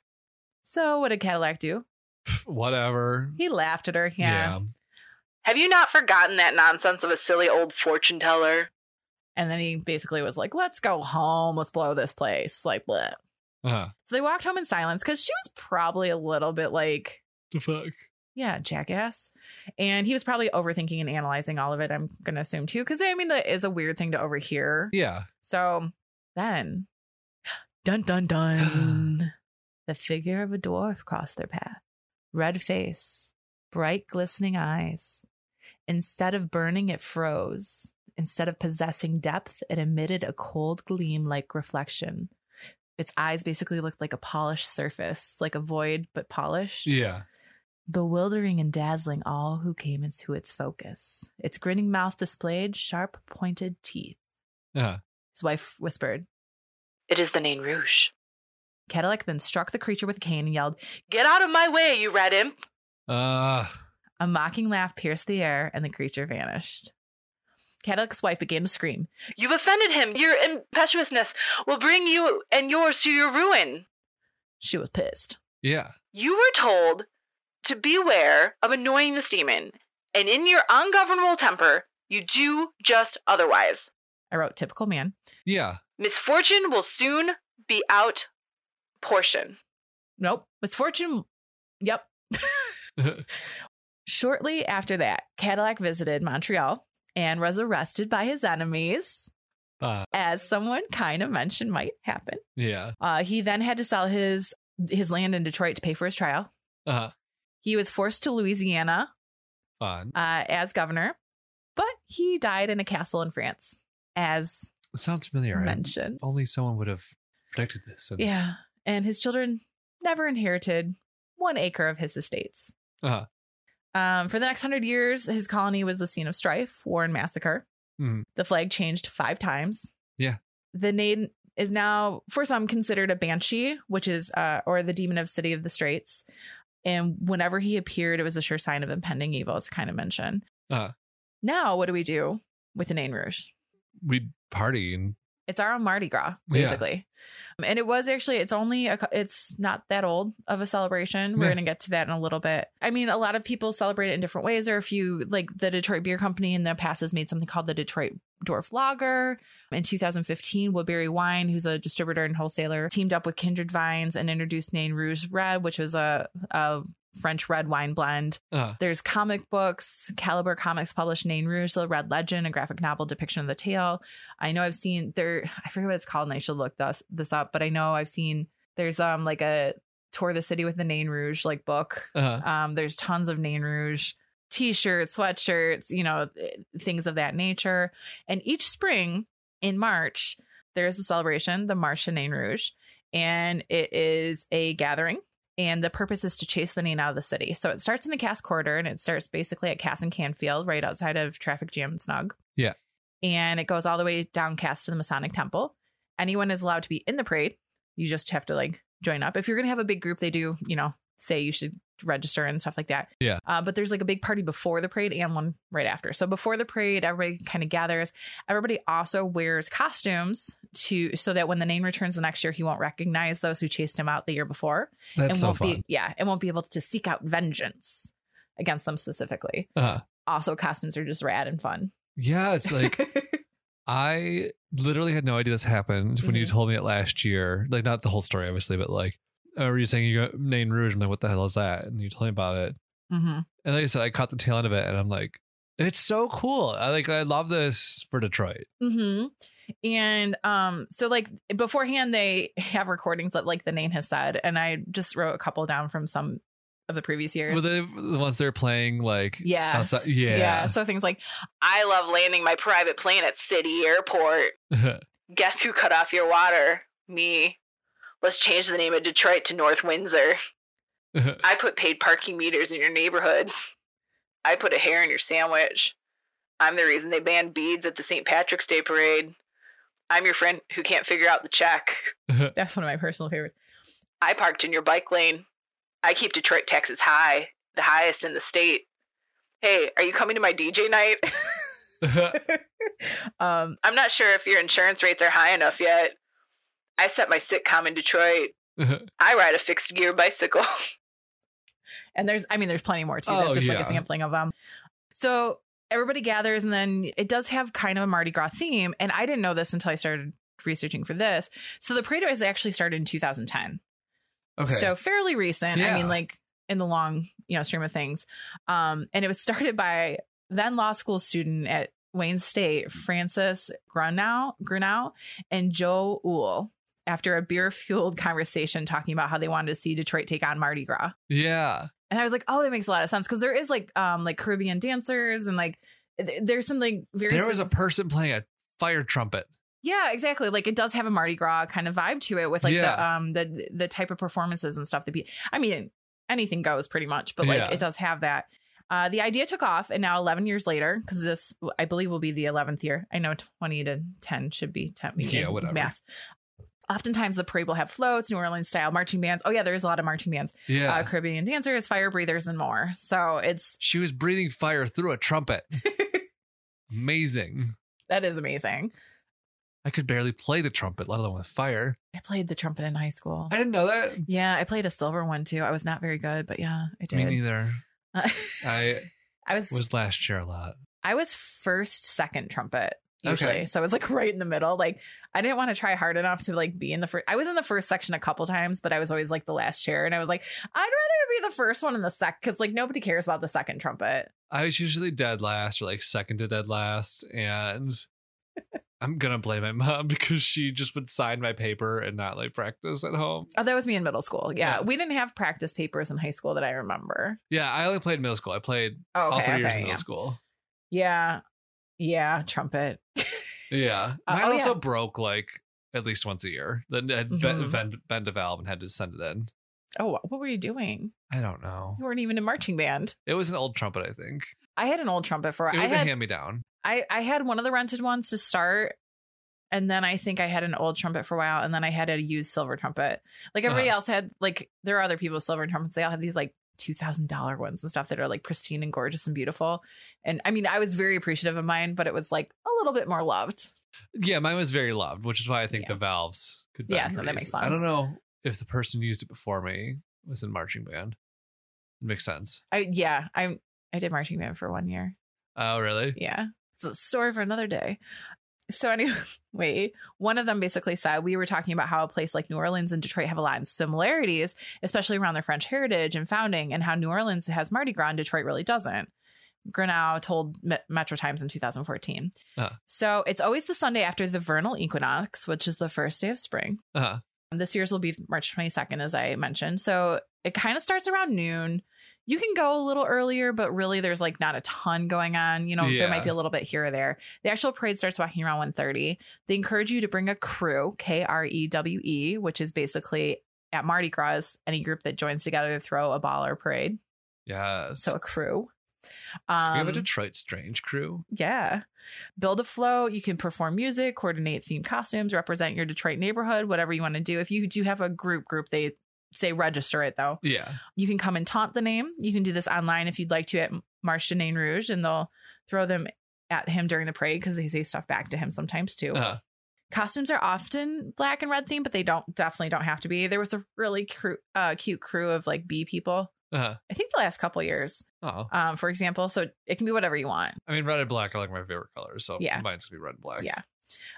[SPEAKER 4] So what did Cadillac do?
[SPEAKER 3] whatever.
[SPEAKER 4] He laughed at her. Yeah.
[SPEAKER 6] Have you not forgotten that nonsense of a silly old fortune teller?
[SPEAKER 4] And then he basically was like, let's go home. Let's blow this place. Like, bleh.
[SPEAKER 3] Yeah. Uh,
[SPEAKER 4] So they walked home in silence because she was probably a little bit like,
[SPEAKER 3] the fuck.
[SPEAKER 4] yeah, jackass. And he was probably overthinking and analyzing all of it, I'm going to assume too. Because I mean, that is a weird thing to overhear.
[SPEAKER 3] Yeah.
[SPEAKER 4] So then, dun dun dun, the figure of a dwarf crossed their path. Red face, bright glistening eyes. Instead of burning, it froze. Instead of possessing depth, it emitted a cold gleam like reflection. Its eyes basically looked like a polished surface, like a void but polished
[SPEAKER 3] Yeah.
[SPEAKER 4] bewildering and dazzling all who came into its focus. Its grinning mouth displayed sharp pointed teeth.
[SPEAKER 3] Uh,
[SPEAKER 4] His wife whispered.
[SPEAKER 6] It is the Nain Rouge.
[SPEAKER 4] Cadillac then struck the creature with a cane and yelled.
[SPEAKER 6] Get out of my way, you red imp!
[SPEAKER 3] uh,
[SPEAKER 4] A mocking laugh pierced the air, and the creature vanished. Cadillac's wife began to scream.
[SPEAKER 6] You've offended him. Your impetuousness will bring you and yours to your ruin.
[SPEAKER 4] She was pissed.
[SPEAKER 3] yeah.
[SPEAKER 6] You were told to beware of annoying this demon, and in your ungovernable temper, you do just otherwise.
[SPEAKER 4] I wrote, typical man.
[SPEAKER 3] Yeah.
[SPEAKER 6] Misfortune will soon be out portion.
[SPEAKER 4] Nope. Misfortune. Yep.
[SPEAKER 3] Uh,
[SPEAKER 4] Shortly after that, Cadillac visited Montreal and was arrested by his enemies,
[SPEAKER 3] Uh,
[SPEAKER 4] as someone kind of mentioned might happen.
[SPEAKER 3] yeah.
[SPEAKER 4] Uh, he then had to sell his his land in Detroit to pay for his trial.
[SPEAKER 3] Uh,
[SPEAKER 4] He was forced to Louisiana
[SPEAKER 3] fun.
[SPEAKER 4] uh, as governor, but he died in a castle in France, as
[SPEAKER 3] Sounds familiar. I-
[SPEAKER 4] mentioned.
[SPEAKER 3] If only someone would have predicted this. and-
[SPEAKER 4] Yeah, and his children never inherited one acre of his estates.
[SPEAKER 3] Uh-huh.
[SPEAKER 4] Um, for the next hundred years, his colony was the scene of strife, war, and massacre.
[SPEAKER 3] Mhm.
[SPEAKER 4] The flag changed five times.
[SPEAKER 3] Yeah.
[SPEAKER 4] The name is now, for some, considered a banshee, which is, uh, or the demon of City of the Straits. And whenever he appeared, it was a sure sign of impending evil, as kind of mentioned.
[SPEAKER 3] Uh-huh.
[SPEAKER 4] Now, what do we do with the Nain Rouge?
[SPEAKER 3] We'd party and
[SPEAKER 4] It's our own Mardi Gras,
[SPEAKER 3] Yeah.
[SPEAKER 4] basically. And it was actually, it's only, a, cou- it's not that old of a celebration. We're
[SPEAKER 3] Yeah.
[SPEAKER 4] going to get to that in a little bit. I mean, a lot of people celebrate it in different ways. There are a few, like the Detroit Beer Company in the past has made something called the Detroit Dwarf Lager. In 2015, Woodbury Wine, who's a distributor and wholesaler, teamed up with Kindred Vines and introduced Nain Rouge Red, which was a, a French red wine blend.
[SPEAKER 3] uh,
[SPEAKER 4] There's comic books. Caliber Comics published Nain Rouge, The Red Legend, a graphic novel depiction of the tale. I know I've seen there. I forget what it's called, and I should look this this up. But I know I've seen there's um like a tour the city with the Nain Rouge like book.
[SPEAKER 3] uh,
[SPEAKER 4] Um, there's tons of Nain Rouge t-shirts, sweatshirts, you know, th- things of that nature. And each spring in March, there is a celebration, the Marche de Nain Rouge, and it is a gathering. And the purpose is to chase the Nain out of the city. So it starts in the Cass Corridor and it starts basically at Cass and Canfield, right outside of Traffic Jam and Snug.
[SPEAKER 3] Yeah.
[SPEAKER 4] And it goes all the way down Cass to the Masonic Temple. Anyone is allowed to be in the parade. You just have to like join up. If you're going to have a big group, they do, you know, say you should register and stuff like that.
[SPEAKER 3] Yeah.
[SPEAKER 4] Uh, but there's like a big party before the parade and one right after. So before the parade, everybody kind of gathers. Everybody also wears costumes to so that when the name returns the next year, he won't recognize those who chased him out the year before.
[SPEAKER 3] that's
[SPEAKER 4] and
[SPEAKER 3] so
[SPEAKER 4] won't
[SPEAKER 3] fun.
[SPEAKER 4] be yeah, and won't be able to seek out vengeance against them specifically.
[SPEAKER 3] uh,
[SPEAKER 4] Also, costumes are just rad and fun.
[SPEAKER 3] yeah, it's like
[SPEAKER 4] Mm-hmm.
[SPEAKER 3] I literally had no idea this happened when you told me it last year. Like not the whole story, obviously, but like or were you saying you go Nain Rouge? I'm like, what the hell is that? And you told me about it.
[SPEAKER 4] Mm-hmm.
[SPEAKER 3] And like I said, I caught the tail end of it and I'm like, it's so cool. I like I love this for Detroit.
[SPEAKER 4] Mm-hmm. And um, so like beforehand, they have recordings that like the name has said, and I just wrote a couple down from some of the previous years.
[SPEAKER 3] Well, the, the ones they're playing like
[SPEAKER 4] yeah.
[SPEAKER 3] outside.
[SPEAKER 4] yeah,
[SPEAKER 3] Yeah.
[SPEAKER 4] So things like
[SPEAKER 6] I love landing my private plane at City Airport. Guess who cut off your water? Me. Let's change the name of Detroit to North Windsor. I put paid parking meters in your neighborhood. I put a hair in your sandwich. I'm the reason they banned beads at the St. Patrick's Day parade. I'm your friend who can't figure out the check.
[SPEAKER 4] that's one of my personal favorites.
[SPEAKER 6] I parked in your bike lane. I keep Detroit taxes high, the highest in the state. Hey, are you coming to my DJ night?
[SPEAKER 4] um,
[SPEAKER 6] I'm not sure if your insurance rates are high enough yet. I set my sitcom in Detroit. I ride a fixed gear bicycle.
[SPEAKER 4] And there's, I mean, there's plenty more too.
[SPEAKER 3] Oh,
[SPEAKER 4] That's just like
[SPEAKER 3] yeah.
[SPEAKER 4] a sampling of them. So everybody gathers, and then it does have kind of a Mardi Gras theme. And I didn't know this until I started researching for this. So the Parade was actually started in 2010.
[SPEAKER 3] okay.
[SPEAKER 4] So fairly recent.
[SPEAKER 3] Yeah.
[SPEAKER 4] I mean, like in the long, you know, stream of things. Um, and it was started by then law school student at Wayne State, Francis Grunau, Grunau and Joe Uhl, after a beer fueled conversation talking about how they wanted to see Detroit take on Mardi Gras.
[SPEAKER 3] yeah.
[SPEAKER 4] And I was like, oh, that makes a lot of sense because there is like um like Caribbean dancers and like th- there's some like very
[SPEAKER 3] There was a person playing a fire trumpet.
[SPEAKER 4] yeah exactly like it does have a Mardi Gras kind of vibe to it with like the
[SPEAKER 3] Yeah.
[SPEAKER 4] um the the type of performances and stuff that be I mean anything goes pretty much but like
[SPEAKER 3] Yeah.
[SPEAKER 4] it does have that. Uh, the idea took off, and now 11 years later, because this I believe will be the 11th year. I know 20 to 10 should be 10. we
[SPEAKER 3] Yeah,
[SPEAKER 4] did
[SPEAKER 3] whatever.
[SPEAKER 4] Math. Oftentimes, the parade will have floats, New Orleans style marching bands. Oh yeah, there is a lot of marching bands,
[SPEAKER 3] Yeah.
[SPEAKER 4] uh, Caribbean dancers, fire breathers, and more. So it's
[SPEAKER 3] she was breathing fire through a trumpet. Amazing.
[SPEAKER 4] That is amazing.
[SPEAKER 3] I could barely play the trumpet, let alone with fire.
[SPEAKER 4] I played the trumpet in high school.
[SPEAKER 3] I didn't know that.
[SPEAKER 4] yeah, I played a silver one too. I was not very good, but yeah, I
[SPEAKER 3] Me
[SPEAKER 4] did.
[SPEAKER 3] neither.
[SPEAKER 4] Uh,
[SPEAKER 3] I
[SPEAKER 4] I was,
[SPEAKER 3] was last year a lot.
[SPEAKER 4] I was first second trumpet usually,
[SPEAKER 3] Okay.
[SPEAKER 4] so I was like right in the middle. Like I didn't want to try hard enough to like be in the first. I was in the first section a couple times, but I was always like the last chair, and I was like, I'd rather be the first one in the sec because like nobody cares about the second trumpet.
[SPEAKER 3] I was usually dead last or like second to dead last. And I'm going to blame my mom because she just would sign my paper and not like practice at home.
[SPEAKER 4] Oh, that was me in middle school. Yeah,
[SPEAKER 3] Yeah.
[SPEAKER 4] we didn't have practice papers in high school that I remember.
[SPEAKER 3] Yeah, I only played middle school. I played
[SPEAKER 4] Oh, okay,
[SPEAKER 3] all three years
[SPEAKER 4] okay,
[SPEAKER 3] in middle
[SPEAKER 4] yeah.
[SPEAKER 3] school.
[SPEAKER 4] yeah, yeah, trumpet.
[SPEAKER 3] Yeah.
[SPEAKER 4] Uh,
[SPEAKER 3] Mine
[SPEAKER 4] oh,
[SPEAKER 3] also
[SPEAKER 4] yeah.
[SPEAKER 3] broke like at least once a year. Then I'd be-
[SPEAKER 4] Mhm.
[SPEAKER 3] bend, bend a valve and had to send it in.
[SPEAKER 4] Oh, what were you doing?
[SPEAKER 3] I don't know.
[SPEAKER 4] You weren't even in marching band.
[SPEAKER 3] It was an old trumpet, I think.
[SPEAKER 4] I had an old trumpet for
[SPEAKER 3] It
[SPEAKER 4] I
[SPEAKER 3] was a
[SPEAKER 4] had
[SPEAKER 3] hand me down.
[SPEAKER 4] I, I had one of the rented ones to start, and then I think I had an old trumpet for a while, and then I had a used silver trumpet. Like everybody
[SPEAKER 3] Uh-huh.
[SPEAKER 4] else had like there are other people with silver trumpets. They all had these like two thousand dollar ones and stuff that are like pristine and gorgeous and beautiful. And I mean, I was very appreciative of mine, but it was like a little bit more loved.
[SPEAKER 3] Yeah, mine was very loved, which is why I think
[SPEAKER 4] Yeah.
[SPEAKER 3] the valves could.
[SPEAKER 4] Yeah,
[SPEAKER 3] bend
[SPEAKER 4] no,
[SPEAKER 3] pretty
[SPEAKER 4] that makes
[SPEAKER 3] easily. I don't
[SPEAKER 4] sense.
[SPEAKER 3] know if the person who used it before me was in marching band. It makes sense.
[SPEAKER 4] I yeah, I I did marching band for one year.
[SPEAKER 3] Oh, really?
[SPEAKER 4] Yeah. It's a story for another day. So anyway, one of them basically said we were talking about how a place like New Orleans and Detroit have a lot of similarities, especially around their French heritage and founding, and how New Orleans has Mardi Gras and Detroit really doesn't. Grinnell told Me- Metro Times in 2014.
[SPEAKER 3] Uh.
[SPEAKER 4] So it's always the Sunday after the vernal equinox, which is the first day of spring.
[SPEAKER 3] Uh-huh.
[SPEAKER 4] And This year's will be March 22nd, as I mentioned. So it kind of starts around noon. You can go a little earlier, but really there's like not a ton going on. You know,
[SPEAKER 3] Yeah.
[SPEAKER 4] there might be a little bit here or there. The actual parade starts walking around 1.30. They encourage you to bring a crew, K-R-E-W-E, E, which is basically at Mardi Gras, any group that joins together to throw a ball or parade.
[SPEAKER 3] Yes.
[SPEAKER 4] So a crew.
[SPEAKER 3] we have a
[SPEAKER 4] Um,
[SPEAKER 3] Detroit Strange crew.
[SPEAKER 4] yeah. Build a flow. You can perform music, coordinate themed costumes, represent your Detroit neighborhood, whatever you want to do. If you do have a group group, they say register it though.
[SPEAKER 3] Yeah.
[SPEAKER 4] You can come and taunt the name. You can do this online if you'd like to at Marche de Nain Rouge and they'll throw them at him during the parade because they say stuff back to him sometimes too.
[SPEAKER 3] Uh-huh.
[SPEAKER 4] Costumes are often black and red themed, but they don't definitely don't have to be. There was a really cru- uh, cute crew of like bee people.
[SPEAKER 3] Uh-huh.
[SPEAKER 4] I think the last couple years,
[SPEAKER 3] Oh,
[SPEAKER 4] um, for example. So it can be whatever you want.
[SPEAKER 3] I mean, red and black are like my favorite colors. So
[SPEAKER 4] Yeah.
[SPEAKER 3] mine's gonna be red and black.
[SPEAKER 4] Yeah.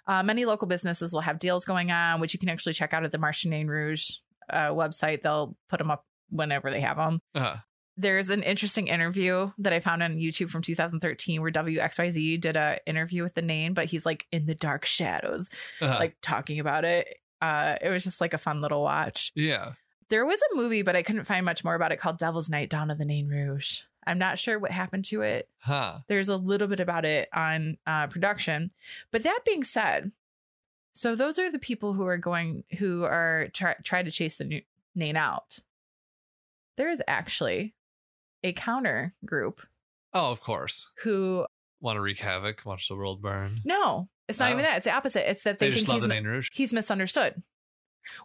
[SPEAKER 4] Uh, many local businesses will have deals going on, which you can actually check out at the Marche Nain Rouge uh, website. They'll put them up whenever they have them.
[SPEAKER 3] Uh,
[SPEAKER 4] There's an interesting interview that I found on YouTube from 2013 where WXYZ did a interview with the name, but he's like in the dark shadows,
[SPEAKER 3] uh,
[SPEAKER 4] like talking about it. Uh, it was just like a fun little watch.
[SPEAKER 3] yeah.
[SPEAKER 4] There was a movie, but I couldn't find much more about it called Devil's Night: Dawn of the Nain Rouge. I'm not sure what happened to it
[SPEAKER 3] Huh.
[SPEAKER 4] there's a little bit about it on uh, production. But that being said, so those are the people who are going who are try, try to chase the new, Nain out. There is actually a counter group
[SPEAKER 3] Oh, of course.
[SPEAKER 4] who
[SPEAKER 3] Want to wreak havoc? Watch the world burn.
[SPEAKER 4] no, it's not
[SPEAKER 3] Oh.
[SPEAKER 4] even that. It's the opposite. It's that they,
[SPEAKER 3] They, just love
[SPEAKER 4] think he's
[SPEAKER 3] the
[SPEAKER 4] mi-
[SPEAKER 3] Nain Rouge.
[SPEAKER 4] he's misunderstood.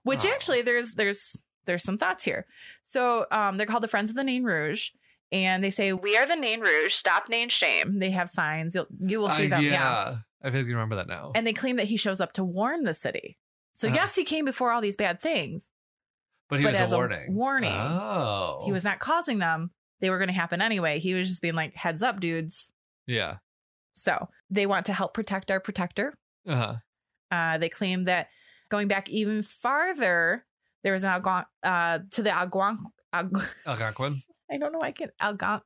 [SPEAKER 4] Which
[SPEAKER 3] Oh.
[SPEAKER 4] actually there's there's there's some thoughts here. So um they're called the Friends of the Nain Rouge and they say
[SPEAKER 6] We are the Nain Rouge. Stop Nain Shame.
[SPEAKER 4] they have signs. You'll you will see
[SPEAKER 3] I-
[SPEAKER 4] them.
[SPEAKER 3] Uh, yeah.
[SPEAKER 4] yeah.
[SPEAKER 3] I vaguely remember that now.
[SPEAKER 4] and they claim that he shows up to warn the city. So
[SPEAKER 3] Uh-huh.
[SPEAKER 4] yes, he came before all these bad things.
[SPEAKER 3] but he
[SPEAKER 4] but
[SPEAKER 3] was
[SPEAKER 4] as
[SPEAKER 3] a
[SPEAKER 4] a
[SPEAKER 3] warning.
[SPEAKER 4] warning,
[SPEAKER 3] Oh.
[SPEAKER 4] He was not causing them; they were going to happen anyway. He was just being like, "Heads up, dudes."
[SPEAKER 3] Yeah.
[SPEAKER 4] So they want to help protect our protector.
[SPEAKER 3] Uh huh.
[SPEAKER 4] Uh, they claim that going back even farther, there was an Algon uh, to the Algonquin. Alg-
[SPEAKER 3] Algonquin.
[SPEAKER 4] I don't know. why I can Algon.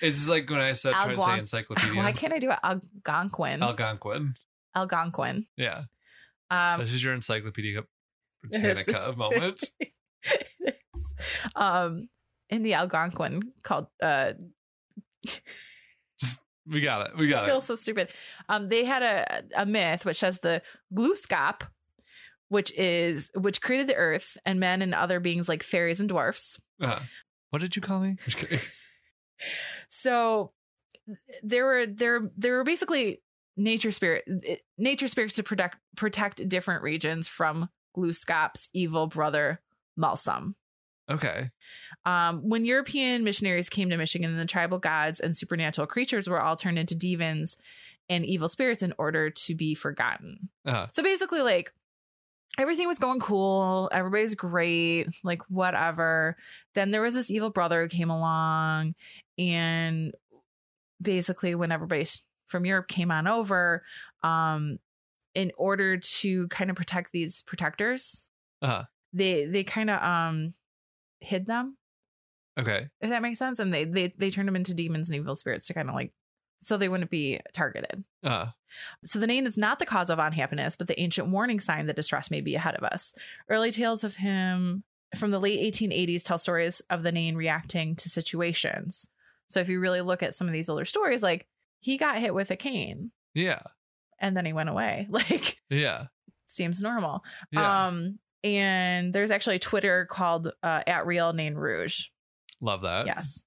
[SPEAKER 3] It's just like when I said trying to
[SPEAKER 4] Algon-
[SPEAKER 3] say encyclopedia.
[SPEAKER 4] Why can't I do it? Algonquin.
[SPEAKER 3] Algonquin.
[SPEAKER 4] Algonquin.
[SPEAKER 3] Yeah.
[SPEAKER 4] Um,
[SPEAKER 3] this is your encyclopedia Britannica moment.
[SPEAKER 4] um, in the Algonquin called uh,
[SPEAKER 3] We got it. We
[SPEAKER 4] I
[SPEAKER 3] got
[SPEAKER 4] feel
[SPEAKER 3] it.
[SPEAKER 4] so stupid. Um, they had a a myth which says the Glooskap, which is which created the earth and men and other beings like fairies and dwarfs.
[SPEAKER 3] Uh-huh. What did you call me? Just kidding.
[SPEAKER 4] So there were there there were basically nature spirit it- nature spirits to protect protect different regions from Glooskap's evil brother Malsum.
[SPEAKER 3] Okay.
[SPEAKER 4] Um, when European missionaries came to Michigan, the tribal gods and supernatural creatures were all turned into demons and evil spirits in order to be forgotten.
[SPEAKER 3] Uh-huh.
[SPEAKER 4] So basically, like everything was going cool, everybody's great, like whatever. Then there was this evil brother who came along, and basically, when everybody s- from Europe came on over, um, in order to kind of protect these protectors,
[SPEAKER 3] Uh-huh.
[SPEAKER 4] they they kind of um hid them,
[SPEAKER 3] Okay.
[SPEAKER 4] if that makes sense, and they they they turned them into demons and evil spirits to kind of like so they wouldn't be targeted.
[SPEAKER 3] Uh,
[SPEAKER 4] So the name is not the cause of unhappiness, but the ancient warning sign that distress may be ahead of us. Early tales of him from the late 1880s tell stories of the Nain reacting to situations. So if you really look at some of these older stories, like he got hit with a cane
[SPEAKER 3] yeah.
[SPEAKER 4] and then he went away. Like
[SPEAKER 3] Yeah.
[SPEAKER 4] seems normal.
[SPEAKER 3] Yeah.
[SPEAKER 4] Um, and there's actually a Twitter called uh, at Real Nain Rouge.
[SPEAKER 3] Love that.
[SPEAKER 4] Yes.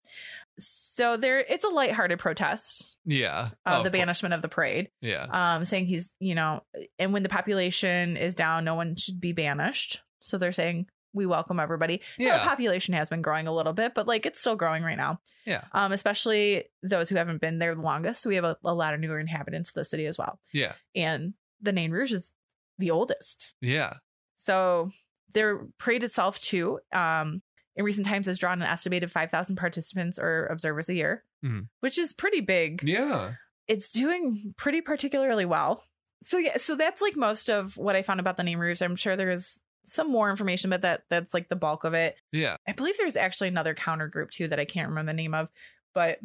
[SPEAKER 4] So there, it's a lighthearted protest,
[SPEAKER 3] Yeah.
[SPEAKER 4] uh,
[SPEAKER 3] Oh,
[SPEAKER 4] the
[SPEAKER 3] of course.
[SPEAKER 4] banishment of the parade
[SPEAKER 3] Yeah.
[SPEAKER 4] um, saying he's, you know, and when the population is down, no one should be banished. So they're saying we welcome everybody. Now,
[SPEAKER 3] Yeah.
[SPEAKER 4] the population has been growing a little bit, but like it's still growing right now.
[SPEAKER 3] Yeah.
[SPEAKER 4] Um, especially those who haven't been there the longest. So we have a, a lot of newer inhabitants of the city as well.
[SPEAKER 3] Yeah.
[SPEAKER 4] And the Nain Rouge is the oldest.
[SPEAKER 3] Yeah.
[SPEAKER 4] So their parade itself too, um, in recent times has drawn an estimated five thousand participants or observers a year,
[SPEAKER 3] Mhm.
[SPEAKER 4] which is pretty big
[SPEAKER 3] Yeah.
[SPEAKER 4] it's doing pretty particularly well. So yeah, so that's like most of what I found about the name Rouge. I'm sure there's some more information, but that that's like the bulk of it.
[SPEAKER 3] Yeah.
[SPEAKER 4] I believe there's actually another counter group too that I can't remember the name of, but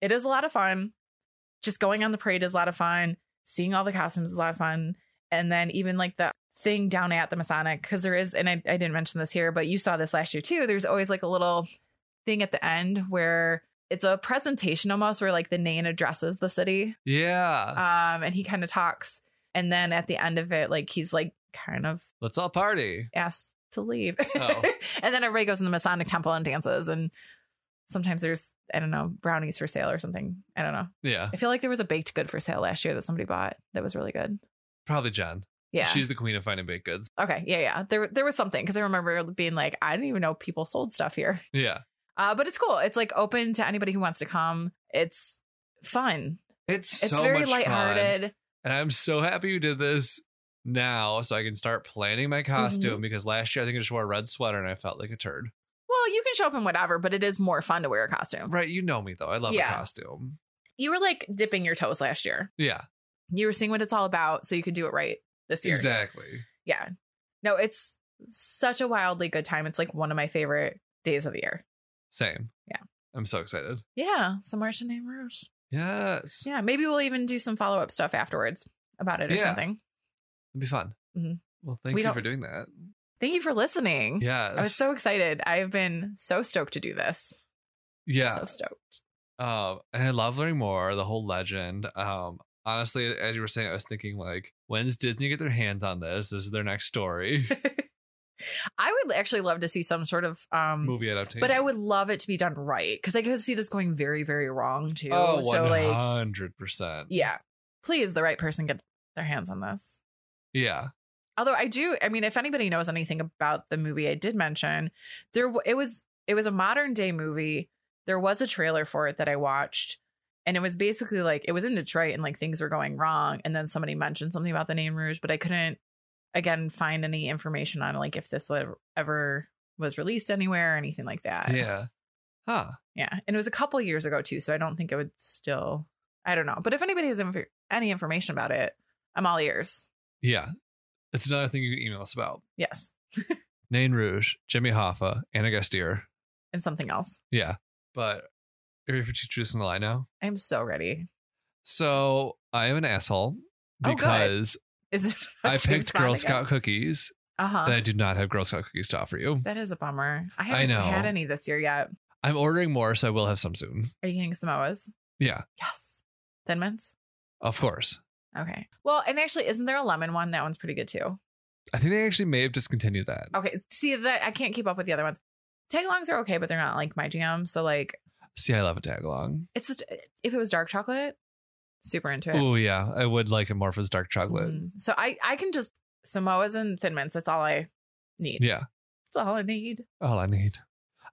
[SPEAKER 4] it is a lot of fun. Just going on the parade is a lot of fun. Seeing all the costumes is a lot of fun, and then even like the thing down at the Masonic because there is, and I, I didn't mention this here, but you saw this last year too. There's always like a little thing at the end where it's a presentation almost where like the Nain addresses the city
[SPEAKER 3] Yeah.
[SPEAKER 4] um and he kind of talks and then at the end of it like he's like kind of
[SPEAKER 3] Let's all party.
[SPEAKER 4] asked to leave
[SPEAKER 3] Oh.
[SPEAKER 4] and then everybody goes in the masonic temple and dances and sometimes there's i don't know brownies for sale or something i don't know
[SPEAKER 3] Yeah.
[SPEAKER 4] i feel like there was a baked good for sale last year that somebody bought that was really good
[SPEAKER 3] Probably John.
[SPEAKER 4] yeah
[SPEAKER 3] She's the queen of finding baked goods.
[SPEAKER 4] okay yeah yeah there, there was something because i remember being like i didn't even know people sold stuff here
[SPEAKER 3] Yeah.
[SPEAKER 4] uh but it's cool it's like open to anybody who wants to come it's fun
[SPEAKER 3] It's,
[SPEAKER 4] it's
[SPEAKER 3] so
[SPEAKER 4] very
[SPEAKER 3] much fun.
[SPEAKER 4] lighthearted
[SPEAKER 3] And I'm so happy you did this now so I can start planning my costume
[SPEAKER 4] Mm-hmm.
[SPEAKER 3] because last year I think I just wore a red sweater and I felt like a turd.
[SPEAKER 4] well you can show up in whatever but it is more fun to wear a costume
[SPEAKER 3] Right. You know me though. I love
[SPEAKER 4] Yeah.
[SPEAKER 3] a costume.
[SPEAKER 4] you were like dipping your toes last year.
[SPEAKER 3] Yeah.
[SPEAKER 4] You were seeing what it's all about, so you could do it right this year.
[SPEAKER 3] Exactly.
[SPEAKER 4] Yeah. No, it's such a wildly good time. It's like one of my favorite days of the year.
[SPEAKER 3] Same.
[SPEAKER 4] Yeah.
[SPEAKER 3] I'm so excited.
[SPEAKER 4] Yeah, so March and Name Rouge.
[SPEAKER 3] Yes.
[SPEAKER 4] Yeah, maybe we'll even do some follow up stuff afterwards about it or
[SPEAKER 3] Yeah.
[SPEAKER 4] something.
[SPEAKER 3] It'd be fun.
[SPEAKER 4] Mhm.
[SPEAKER 3] Well, thank
[SPEAKER 4] We
[SPEAKER 3] you
[SPEAKER 4] don't-
[SPEAKER 3] for doing that.
[SPEAKER 4] Thank you for listening.
[SPEAKER 3] Yes.
[SPEAKER 4] I was so excited. I've been so stoked to do this.
[SPEAKER 3] yeah.
[SPEAKER 4] So stoked.
[SPEAKER 3] Um, and I love learning more, the whole legend. Um, honestly, as you were saying, I was thinking like, when's Disney get their hands on this? This is their next story
[SPEAKER 4] I would actually love to see some sort of um
[SPEAKER 3] movie adaptation.
[SPEAKER 4] but I would love it to be done right because I could see this going very, very wrong too.
[SPEAKER 3] Oh,
[SPEAKER 4] so like
[SPEAKER 3] 100%.
[SPEAKER 4] yeah. Please the right person get their hands on this.
[SPEAKER 3] yeah.
[SPEAKER 4] although i do i mean if anybody knows anything about the movie i did mention there w- it was it was a modern day movie there was a trailer for it that i watched and it was basically like it was in detroit and like things were going wrong and then somebody mentioned something about the name rouge but i couldn't again find any information on like if this would ever was released anywhere or anything like that
[SPEAKER 3] Yeah. Huh.
[SPEAKER 4] yeah and it was a couple years ago too so i don't think it would still i don't know but if anybody has inf- any information about it i'm all ears
[SPEAKER 3] Yeah. It's another thing you can email us about.
[SPEAKER 4] yes
[SPEAKER 3] Nain Rouge, Jimmy Hoffa, Anna Gastier.
[SPEAKER 4] and something else
[SPEAKER 3] Yeah. But are you ready for Two Truths and a Lie now?
[SPEAKER 4] I'm so ready.
[SPEAKER 3] So I am an asshole
[SPEAKER 4] Oh, good.
[SPEAKER 3] because
[SPEAKER 4] Is it
[SPEAKER 3] I picked Girl Scout cookies
[SPEAKER 4] Uh huh.
[SPEAKER 3] and I do not have Girl Scout cookies to offer you.
[SPEAKER 4] That is a bummer. I haven't
[SPEAKER 3] know.
[SPEAKER 4] had any this year yet.
[SPEAKER 3] I'm ordering more, so I will have some soon.
[SPEAKER 4] Are you getting Samoas?
[SPEAKER 3] Yeah,
[SPEAKER 4] Yes. Thin mints?
[SPEAKER 3] of course.
[SPEAKER 4] Okay. Well, and actually, isn't there a lemon one? That one's pretty good too.
[SPEAKER 3] I think they actually may have discontinued that.
[SPEAKER 4] Okay. See that I can't keep up with the other ones. Tagalongs are okay, but they're not like my jam. So like,
[SPEAKER 3] See, I love a tag along.
[SPEAKER 4] it's just, if it was dark chocolate, super into it.
[SPEAKER 3] Oh yeah, I would like a Morpheus dark chocolate.
[SPEAKER 4] Mhm. So I I can just Samoas and thin mints. That's all I need.
[SPEAKER 3] Yeah,
[SPEAKER 4] That's all I need.
[SPEAKER 3] all I need.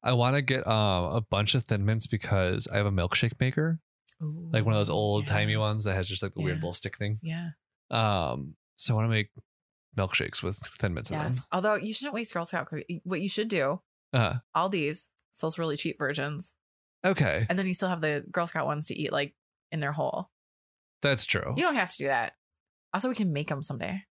[SPEAKER 3] I want to get um a bunch of Thin Mints because I have a milkshake maker, like one of those old timey ones that has just like the weird
[SPEAKER 4] Yeah.
[SPEAKER 3] little stick thing.
[SPEAKER 4] Yeah.
[SPEAKER 3] Um, so I want to make milkshakes with Thin Mints in
[SPEAKER 4] Yes.
[SPEAKER 3] them.
[SPEAKER 4] Although you shouldn't waste Girl Scout cookies. What you should do
[SPEAKER 3] Uh,
[SPEAKER 4] Aldi's sells really cheap versions.
[SPEAKER 3] okay,
[SPEAKER 4] And then you still have the Girl Scout ones to eat like in their whole.
[SPEAKER 3] that's true.
[SPEAKER 4] You don't have to do that. Also, we can make them someday.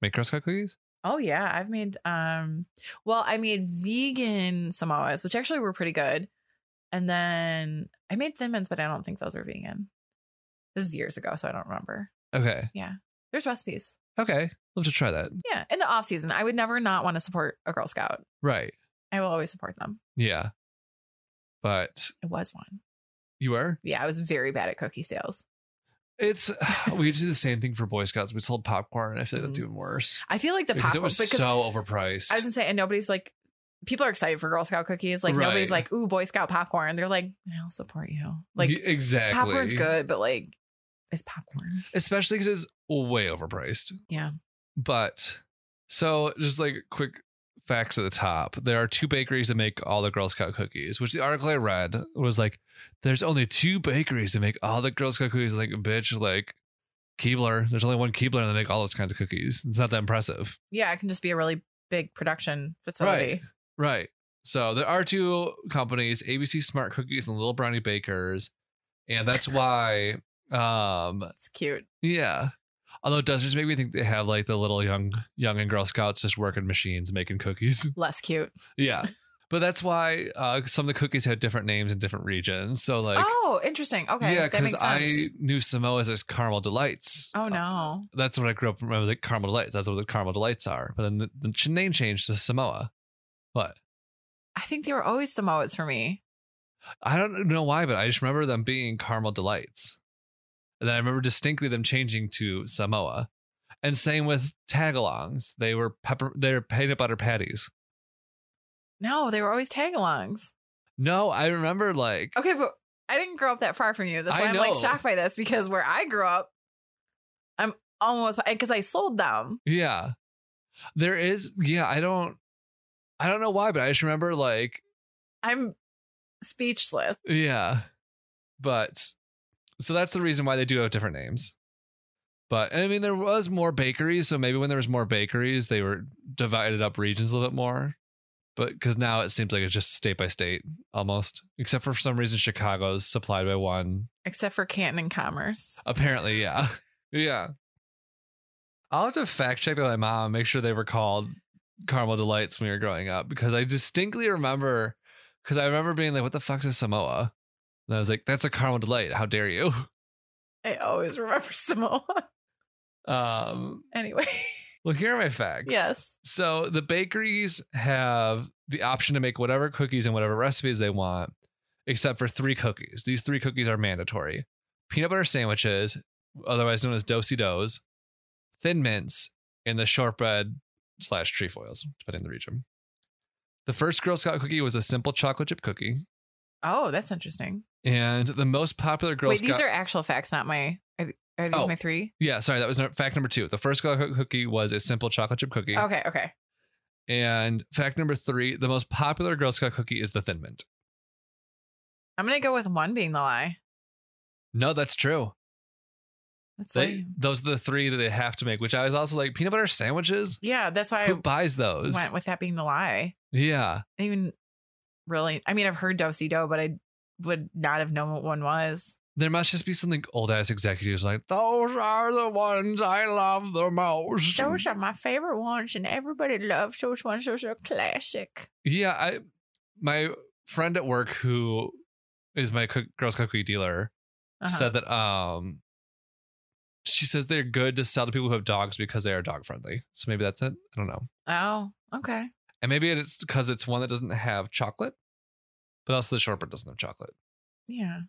[SPEAKER 3] Make Girl Scout cookies.
[SPEAKER 4] Oh yeah, I've made um well, I made vegan Samoas, which actually were pretty good. And then I made thin mints, but I don't think those were vegan. This is years ago, so I don't remember.
[SPEAKER 3] Okay,
[SPEAKER 4] There's recipes.
[SPEAKER 3] okay, love to try that.
[SPEAKER 4] Yeah. In the off season, I would never not want to support a Girl Scout.
[SPEAKER 3] Right?
[SPEAKER 4] I will always support them.
[SPEAKER 3] Yeah, but
[SPEAKER 4] It was one.
[SPEAKER 3] you are.
[SPEAKER 4] Yeah, I was very bad at cookie sales.
[SPEAKER 3] It's we do the same thing for Boy Scouts. We sold popcorn, and I feel like that's
[SPEAKER 4] Mhm.
[SPEAKER 3] even worse
[SPEAKER 4] I feel like the
[SPEAKER 3] because
[SPEAKER 4] popcorn
[SPEAKER 3] it was so overpriced.
[SPEAKER 4] I was gonna say, and nobody's like, people are excited for Girl Scout cookies. Like nobody's
[SPEAKER 3] Right.
[SPEAKER 4] like, ooh, Boy Scout popcorn. They're like, I'll support you. Like
[SPEAKER 3] Y- exactly,
[SPEAKER 4] popcorn's good, but like it's popcorn.
[SPEAKER 3] especially because it's way overpriced.
[SPEAKER 4] Yeah.
[SPEAKER 3] but so just like quick facts at the top, there are two bakeries that make all the Girl Scout cookies. Which the article I read was like, there's only two bakeries that make all the Girl Scout cookies. Like, bitch, like Keebler. There's only one Keebler that make all those kinds of cookies. It's not that impressive.
[SPEAKER 4] Yeah, it can just be a really big production facility.
[SPEAKER 3] Right. So there are two companies, ABC Smart Cookies and Little Brownie Bakers. And that's why um
[SPEAKER 4] It's cute.
[SPEAKER 3] yeah. Although it does just make me think they have like the little young young and girl scouts just working machines making cookies.
[SPEAKER 4] Less cute.
[SPEAKER 3] yeah. But that's why uh some of the cookies have different names in different regions. So like
[SPEAKER 4] oh, interesting. Okay.
[SPEAKER 3] Yeah,
[SPEAKER 4] that
[SPEAKER 3] because
[SPEAKER 4] makes
[SPEAKER 3] I
[SPEAKER 4] sense.
[SPEAKER 3] knew Samoa's as Caramel Delights.
[SPEAKER 4] Oh
[SPEAKER 3] Uh,
[SPEAKER 4] no.
[SPEAKER 3] that's what I grew up with, like Caramel Delights. That's what the Caramel Delights are. But then the, the ch- name changed to Samoa. What?
[SPEAKER 4] I think they were always Samoas for me.
[SPEAKER 3] I don't know why, but I just remember them being caramel delights. And then I remember distinctly them changing to Samoa. And same with tagalongs. They were pepper they're peanut butter patties.
[SPEAKER 4] No, they were always tagalongs.
[SPEAKER 3] No, I remember like
[SPEAKER 4] Okay, but I didn't grow up that far from you. That's
[SPEAKER 3] I
[SPEAKER 4] why I'm like
[SPEAKER 3] know.
[SPEAKER 4] shocked by this because where I grew up, I'm almost because I sold them.
[SPEAKER 3] yeah. There is yeah, I don't I don't know why, but I just remember like
[SPEAKER 4] I'm speechless.
[SPEAKER 3] yeah. But so that's the reason why they do have different names. But I mean there was more bakeries, so maybe when there was more bakeries, they were divided up regions a little bit more. but because now it seems like it's just state by state almost, except for, some reason Chicago's supplied by one.
[SPEAKER 4] Except for Canton and Commerce.
[SPEAKER 3] Apparently, yeah, yeah. I'll have to fact check with my mom, make sure they were called caramel delights when we were growing up because I distinctly remember because I remember being like, "What the fuck's a Samoa?" And I was like, "That's a caramel delight. How dare you?"
[SPEAKER 4] I always remember Samoa.
[SPEAKER 3] Um,
[SPEAKER 4] anyway,
[SPEAKER 3] well, here are my facts.
[SPEAKER 4] yes.
[SPEAKER 3] So the bakeries have the option to make whatever cookies and whatever recipes they want, except for three cookies. These three cookies are mandatory peanut butter sandwiches, otherwise known as dosi doughs, thin mints, and the shortbread slash trefoils, depending on the region. The first Girl Scout cookie was a simple chocolate chip cookie,
[SPEAKER 4] Oh, that's interesting.
[SPEAKER 3] and the most popular Girl
[SPEAKER 4] Wait,
[SPEAKER 3] Scout.
[SPEAKER 4] these are actual facts, not my. Are, th- are these
[SPEAKER 3] Oh.
[SPEAKER 4] my three?
[SPEAKER 3] yeah, sorry, that was no- fact number two. The first Girl Scout cookie was a simple chocolate chip cookie.
[SPEAKER 4] Okay, okay.
[SPEAKER 3] And fact number three, the most popular Girl Scout cookie is the Thin Mint.
[SPEAKER 4] I'm gonna go with one being the lie.
[SPEAKER 3] No, that's true.
[SPEAKER 4] That's
[SPEAKER 3] They,
[SPEAKER 4] lame.
[SPEAKER 3] those are the three that they have to make, which I was also like, peanut butter sandwiches?
[SPEAKER 4] yeah, that's why
[SPEAKER 3] Who
[SPEAKER 4] I
[SPEAKER 3] buys those?
[SPEAKER 4] went with that being the lie.
[SPEAKER 3] Yeah.
[SPEAKER 4] I even really, I mean, I've heard do si do, but I would not have known what one was.
[SPEAKER 3] There must just be something old ass executives like, those are the ones I love the most.
[SPEAKER 4] Those are my favorite ones, and everybody loves those ones. Those are classic.
[SPEAKER 3] Yeah, I my friend at work who is my cook, girls cookie dealer
[SPEAKER 4] Uh-huh.
[SPEAKER 3] said that um she says they're good to sell to people who have dogs because they are dog friendly. So maybe that's it. I don't know.
[SPEAKER 4] oh, okay.
[SPEAKER 3] And maybe it's because it's one that doesn't have chocolate, but also the shortbread doesn't have chocolate.
[SPEAKER 4] Yeah.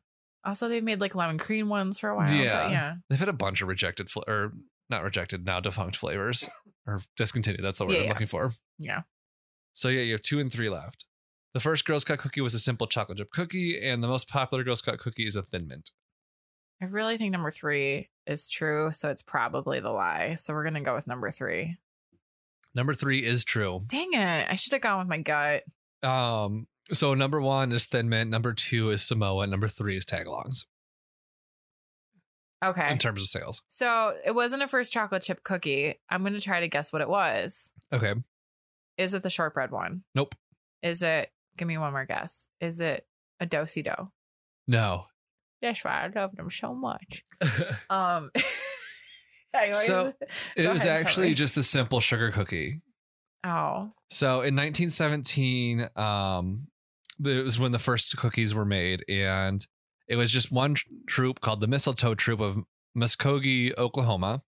[SPEAKER 4] Also, they've made like lemon cream ones for a while. so
[SPEAKER 3] Yeah.
[SPEAKER 4] yeah.
[SPEAKER 3] They've had a bunch of rejected fla- or not rejected now defunct flavors or discontinued. That's the word
[SPEAKER 4] Yeah,
[SPEAKER 3] I'm
[SPEAKER 4] yeah.
[SPEAKER 3] looking for.
[SPEAKER 4] Yeah.
[SPEAKER 3] So yeah, you have two and three left. The first Girl Scout cookie was a simple chocolate chip cookie, and the most popular Girl Scout cookie is a Thin Mint.
[SPEAKER 4] I really think number three is true, so it's probably the lie. So we're gonna go with number three.
[SPEAKER 3] Number three is true.
[SPEAKER 4] Dang it! I should have gone with my gut.
[SPEAKER 3] Um, so number one is Thin Mint, number two is Samoa, and number three is Tagalongs
[SPEAKER 4] Okay.
[SPEAKER 3] in terms of sales.
[SPEAKER 4] So it wasn't a first chocolate chip cookie. I'm gonna try to guess what it was.
[SPEAKER 3] Okay,
[SPEAKER 4] Is it the shortbread one?
[SPEAKER 3] Nope.
[SPEAKER 4] Is it? Give me one more guess. Is it a dosi dough?
[SPEAKER 3] no.
[SPEAKER 4] That's why I love them so much. Um. anyway,
[SPEAKER 3] So, it
[SPEAKER 4] go
[SPEAKER 3] was
[SPEAKER 4] ahead,
[SPEAKER 3] actually
[SPEAKER 4] sorry.
[SPEAKER 3] just a simple sugar cookie.
[SPEAKER 4] oh
[SPEAKER 3] So in 1917, um, it was when the first cookies were made, and it was just one tr- troop called the Mistletoe Troop of Muskogee, Oklahoma,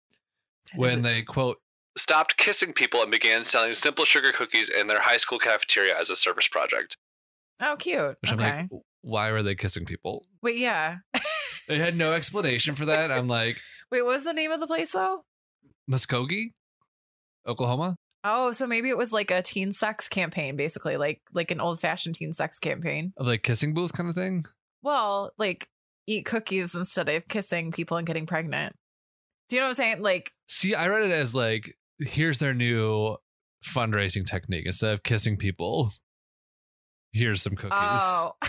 [SPEAKER 3] when they quote stopped kissing people and began selling simple sugar cookies in their high school cafeteria as a service project.
[SPEAKER 4] oh cute.
[SPEAKER 3] Which
[SPEAKER 4] okay.
[SPEAKER 3] I'm like, why were they kissing people?
[SPEAKER 4] Wait, yeah.
[SPEAKER 3] They had no explanation for that. I'm like,
[SPEAKER 4] Wait, what was the name of the place though?
[SPEAKER 3] Muskogee, Oklahoma.
[SPEAKER 4] Oh, so maybe it was like a teen sex campaign, basically, like like an old fashioned teen sex campaign.
[SPEAKER 3] Of like kissing booth kind of thing.
[SPEAKER 4] Well, like eat cookies instead of kissing people and getting pregnant. Do you know what I'm saying? Like,
[SPEAKER 3] See, I read it as like, here's their new fundraising technique. Instead of kissing people, here's some cookies.
[SPEAKER 4] oh,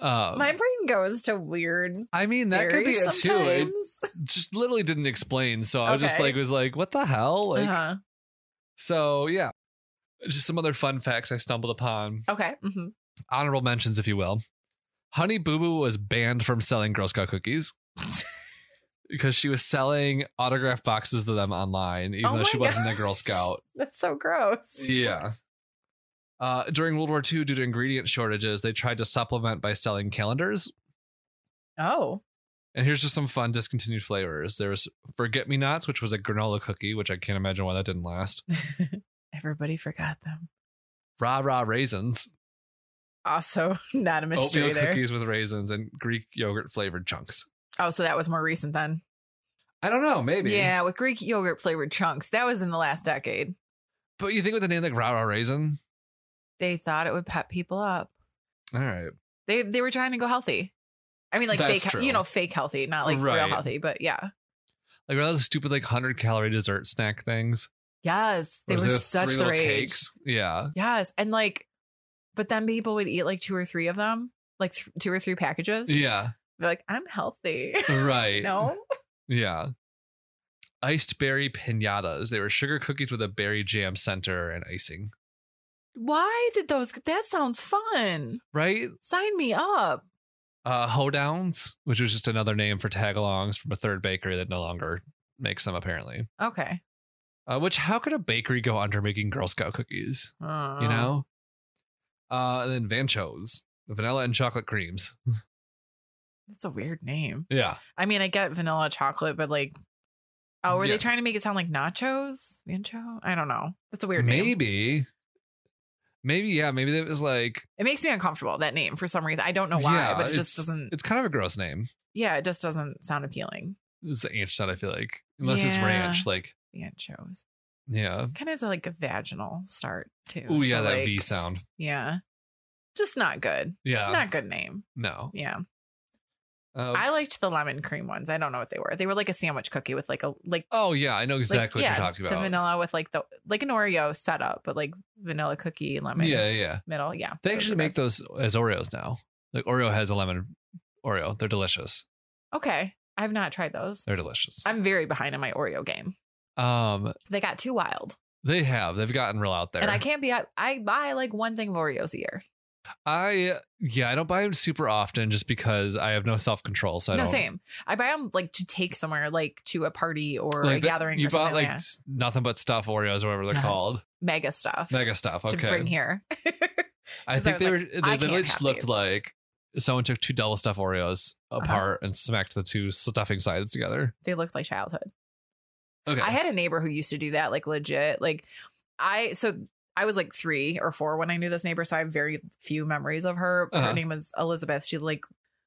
[SPEAKER 3] Um,
[SPEAKER 4] my brain goes to weird.
[SPEAKER 3] I mean, that could be
[SPEAKER 4] theories
[SPEAKER 3] it too. It
[SPEAKER 4] sometimes.
[SPEAKER 3] just literally didn't explain. So I was just
[SPEAKER 4] Okay.
[SPEAKER 3] like, was like, what the hell? Like,
[SPEAKER 4] uh-huh.
[SPEAKER 3] so yeah. Just some other fun facts I stumbled upon.
[SPEAKER 4] Okay. hmm
[SPEAKER 3] Honorable mentions, if you will. Honey Boo Boo was banned from selling Girl Scout cookies because she was selling autographed boxes to them online, even
[SPEAKER 4] Oh
[SPEAKER 3] though
[SPEAKER 4] my
[SPEAKER 3] she wasn't a
[SPEAKER 4] gosh.
[SPEAKER 3] Girl Scout.
[SPEAKER 4] That's so gross.
[SPEAKER 3] Yeah. Uh, during World War II, due to ingredient shortages, they tried to supplement by selling calendars.
[SPEAKER 4] Oh,
[SPEAKER 3] And here's just some fun discontinued flavors. There was Forget Me Nots, which was a granola cookie, which I can't imagine why that didn't last.
[SPEAKER 4] everybody forgot them.
[SPEAKER 3] Rah Rah Raisins,
[SPEAKER 4] Also, not a mystery
[SPEAKER 3] oatmeal
[SPEAKER 4] there.
[SPEAKER 3] cookies with raisins, and Greek yogurt flavored chunks.
[SPEAKER 4] Oh, so that was more recent then.
[SPEAKER 3] I don't know, maybe.
[SPEAKER 4] Yeah, with Greek yogurt flavored chunks. That was in the last decade.
[SPEAKER 3] But you think with a name like Rah Rah Raisin?
[SPEAKER 4] They thought it would pep people up.
[SPEAKER 3] All right.
[SPEAKER 4] They they were trying to go healthy. I mean, like
[SPEAKER 3] That's
[SPEAKER 4] fake,
[SPEAKER 3] true.
[SPEAKER 4] you know, fake healthy, not like real
[SPEAKER 3] Right.
[SPEAKER 4] healthy, but yeah.
[SPEAKER 3] Like, were those stupid, like, 100 calorie dessert snack things?
[SPEAKER 4] Yes, they
[SPEAKER 3] Or was
[SPEAKER 4] were
[SPEAKER 3] it
[SPEAKER 4] such
[SPEAKER 3] three
[SPEAKER 4] the
[SPEAKER 3] little
[SPEAKER 4] rage.
[SPEAKER 3] Cakes? Yeah.
[SPEAKER 4] Yes, and like, but then people would eat like two or three of them, like th- two or three packages.
[SPEAKER 3] Yeah.
[SPEAKER 4] They're like, I'm healthy.
[SPEAKER 3] Right.
[SPEAKER 4] no,
[SPEAKER 3] Yeah. Iced berry pinatas. They were sugar cookies with a berry jam center and icing.
[SPEAKER 4] why did those? That sounds fun.
[SPEAKER 3] Right?
[SPEAKER 4] Sign me up.
[SPEAKER 3] Uh Hoedowns, which was just another name for tagalongs from a third bakery that no longer makes them apparently.
[SPEAKER 4] Okay,
[SPEAKER 3] Uh, which how could a bakery go under making Girl Scout cookies?
[SPEAKER 1] Uh,
[SPEAKER 3] You know. Uh, and then Vanchos, vanilla and chocolate creams.
[SPEAKER 4] That's a weird name.
[SPEAKER 3] Yeah,
[SPEAKER 4] I mean, I get vanilla chocolate, but like, oh, were
[SPEAKER 3] Yeah.
[SPEAKER 4] they trying to make it sound like nachos? Mancho? I don't know. That's a weird name.
[SPEAKER 3] maybe. Maybe yeah, maybe it was like
[SPEAKER 4] It makes me uncomfortable that name for some reason. I don't know why,
[SPEAKER 3] Yeah,
[SPEAKER 4] but it
[SPEAKER 3] it's-
[SPEAKER 4] just doesn't.
[SPEAKER 3] it's kind of a gross name.
[SPEAKER 4] Yeah, it just doesn't sound appealing.
[SPEAKER 3] It's the ancient side, I feel like. Unless it's
[SPEAKER 4] Yeah.
[SPEAKER 3] ranch, like
[SPEAKER 4] Manchos
[SPEAKER 3] yeah.
[SPEAKER 4] kind of has like a vaginal start too.
[SPEAKER 3] Oh yeah,
[SPEAKER 4] So,
[SPEAKER 3] that
[SPEAKER 4] like,
[SPEAKER 3] V sound.
[SPEAKER 4] Yeah, just not good.
[SPEAKER 3] Yeah.
[SPEAKER 4] not good name.
[SPEAKER 3] no.
[SPEAKER 4] Yeah,
[SPEAKER 3] Uh,
[SPEAKER 4] I liked the lemon cream ones. I don't know what they were. They were like a sandwich cookie with like a like
[SPEAKER 3] oh yeah, I know exactly
[SPEAKER 4] like,
[SPEAKER 3] what
[SPEAKER 4] yeah,
[SPEAKER 3] you're talking
[SPEAKER 4] The
[SPEAKER 3] about.
[SPEAKER 4] vanilla with like the like an Oreo setup, but like vanilla cookie lemon
[SPEAKER 3] yeah, yeah.
[SPEAKER 4] middle. Yeah,
[SPEAKER 3] They
[SPEAKER 4] those
[SPEAKER 3] actually
[SPEAKER 4] are
[SPEAKER 3] make
[SPEAKER 4] good.
[SPEAKER 3] those as Oreos now. Like Oreo has a lemon Oreo. They're delicious.
[SPEAKER 4] Okay, I've not tried those.
[SPEAKER 3] They're delicious.
[SPEAKER 4] I'm very behind in my Oreo game.
[SPEAKER 3] Um,
[SPEAKER 4] They got too wild,
[SPEAKER 3] they have. They've gotten real out there.
[SPEAKER 4] and I can't be. I, I buy like one thing of Oreos a year.
[SPEAKER 3] I yeah, I don't buy them super often just because I have no self control. So I
[SPEAKER 4] no,
[SPEAKER 3] don't.
[SPEAKER 4] same. I buy them like to take somewhere, like to a party or
[SPEAKER 3] Like
[SPEAKER 4] a
[SPEAKER 3] the-
[SPEAKER 4] gathering.
[SPEAKER 3] You
[SPEAKER 4] or
[SPEAKER 3] bought
[SPEAKER 4] something
[SPEAKER 3] like
[SPEAKER 4] like that.
[SPEAKER 3] s- nothing but stuff Oreos or whatever they're
[SPEAKER 4] Yes.
[SPEAKER 3] called.
[SPEAKER 4] mega stuff
[SPEAKER 3] Mega stuff.
[SPEAKER 4] to
[SPEAKER 3] Okay.
[SPEAKER 4] bring here.
[SPEAKER 3] I
[SPEAKER 4] 'Cause
[SPEAKER 3] think
[SPEAKER 4] I was
[SPEAKER 3] they
[SPEAKER 4] like,
[SPEAKER 3] were. They
[SPEAKER 4] "I
[SPEAKER 3] literally
[SPEAKER 4] can't
[SPEAKER 3] just
[SPEAKER 4] have
[SPEAKER 3] looked
[SPEAKER 4] these." Uh-huh.
[SPEAKER 3] like someone took two double stuffed Oreos apart and smacked the two stuffing sides together.
[SPEAKER 4] they look like childhood.
[SPEAKER 3] Okay.
[SPEAKER 4] I had a neighbor who used to do that, like legit. Like I so I was like three or four when I knew this neighbor, so I have very few memories of her.
[SPEAKER 3] Uh-huh.
[SPEAKER 4] Her name was Elizabeth. She was like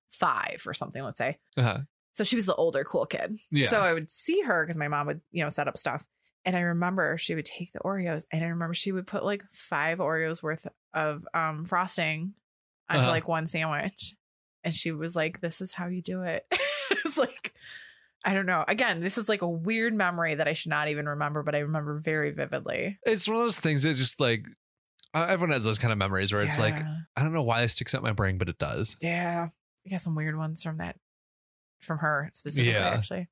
[SPEAKER 4] five or something, let's say.
[SPEAKER 3] uh-huh.
[SPEAKER 4] So she was the older cool kid.
[SPEAKER 3] Yeah.
[SPEAKER 4] So I would see her because my mom would, you know, set up stuff. And I remember she would take the Oreos and I remember she would put like five Oreos worth of um frosting onto
[SPEAKER 3] Uh-huh.
[SPEAKER 4] like one sandwich. And she was like, This is how you do it. it's like I don't know. Again, this is like a weird memory that I should not even remember, but I remember very vividly.
[SPEAKER 3] it's one of those things that just like uh, everyone has those kind of memories where it's like
[SPEAKER 4] Yeah.
[SPEAKER 3] I don't know why this sticks out my brain, but it does.
[SPEAKER 4] Yeah. I got some weird ones from that from her specifically,
[SPEAKER 3] Yeah.
[SPEAKER 4] actually.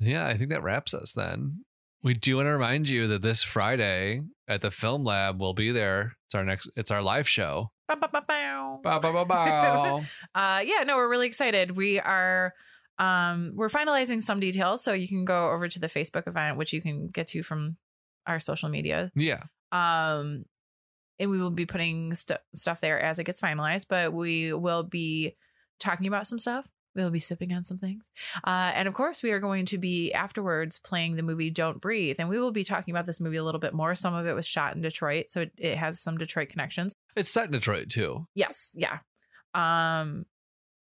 [SPEAKER 3] Yeah, I think that wraps us then. We do want to remind you that this Friday at the Film Lab we'll be there. It's our next. It's our live show.
[SPEAKER 4] Bow, bow, bow, bow.
[SPEAKER 3] Bow, bow, bow, bow.
[SPEAKER 4] uh yeah no we're really excited we are um we're finalizing some details so you can go over to the facebook event which you can get to from our social media
[SPEAKER 3] yeah,
[SPEAKER 4] um and we will be putting stu- stuff there as it gets finalized but we will be talking about some stuff we'll be sipping on some things uh, and of course we are going to be afterwards playing the movie don't breathe and we will be talking about this movie a little bit more some of it was shot in detroit so it, it has some detroit connections
[SPEAKER 3] it's set in Detroit too.
[SPEAKER 4] Yes, yeah. Um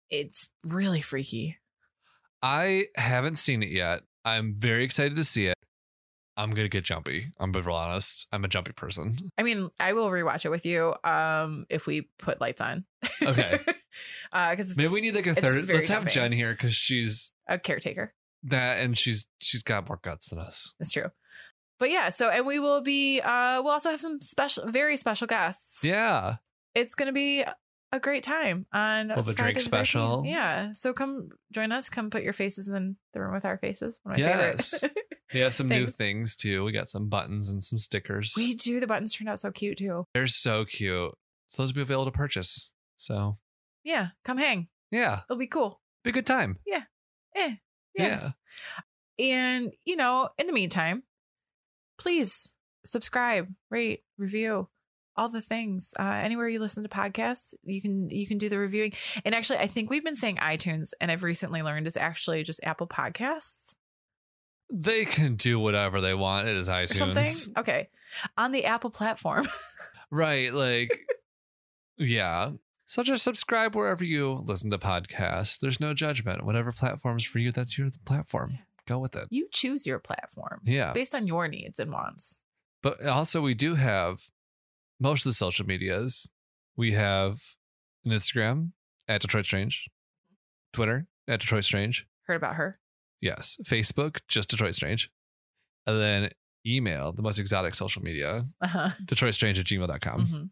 [SPEAKER 4] it's really freaky.
[SPEAKER 3] I haven't seen it yet. I'm very excited to see it. I'm gonna get jumpy. I'm gonna be real honest. I'm a jumpy person.
[SPEAKER 4] I mean, I will rewatch it with you um if we put lights on.
[SPEAKER 3] Okay.
[SPEAKER 4] uh cuz
[SPEAKER 3] Maybe we need like a
[SPEAKER 4] It's
[SPEAKER 3] third.
[SPEAKER 4] very
[SPEAKER 3] Let's have
[SPEAKER 4] jumpy.
[SPEAKER 3] Jen here because she's
[SPEAKER 4] a caretaker.
[SPEAKER 3] that, and she's she's got more guts than us.
[SPEAKER 4] That's true. But yeah, so and we will be uh we'll also have some special very special guests.
[SPEAKER 3] Yeah,
[SPEAKER 4] It's going to be a great time on
[SPEAKER 3] We'll have a
[SPEAKER 4] Friday
[SPEAKER 3] Drake
[SPEAKER 4] the 13th.
[SPEAKER 3] special.
[SPEAKER 4] Yeah. So come join us, come put your faces in the room with our faces. One of my
[SPEAKER 3] Yes.
[SPEAKER 4] favorites.
[SPEAKER 3] we have some new
[SPEAKER 4] Thanks.
[SPEAKER 3] things too. We got some buttons and some stickers.
[SPEAKER 4] we do the buttons turned out so cute too.
[SPEAKER 3] They're so cute. So those will be available to purchase. So
[SPEAKER 4] Yeah, come hang.
[SPEAKER 3] yeah,
[SPEAKER 4] It'll be cool.
[SPEAKER 3] be a good time.
[SPEAKER 4] Eh.
[SPEAKER 3] Yeah.
[SPEAKER 4] And, you know, in the meantime, please subscribe, rate, review, all the things. Uh, anywhere you listen to podcasts, you can you can do the reviewing. And actually, I think we've been saying iTunes, and I've recently learned it's actually just Apple Podcasts
[SPEAKER 3] They can do whatever they want. It is
[SPEAKER 4] or something.
[SPEAKER 3] iTunes.
[SPEAKER 4] Okay, on the Apple platform.
[SPEAKER 3] Right. Like, yeah. So just subscribe wherever you listen to podcasts. There's no judgment. Whatever platform's for you, that's your platform. Go with it.
[SPEAKER 4] you choose your platform
[SPEAKER 3] Yeah.
[SPEAKER 4] based on your needs and wants.
[SPEAKER 3] But also, we do have most of the social medias. We have an Instagram at Detroit Strange, Twitter at Detroit Strange,
[SPEAKER 4] Heard about her?
[SPEAKER 3] Yes. Facebook, just Detroit Strange. And then email, the most exotic social media,
[SPEAKER 4] Uh-huh.
[SPEAKER 3] DetroitStrange at gmail.com.
[SPEAKER 4] Mhm.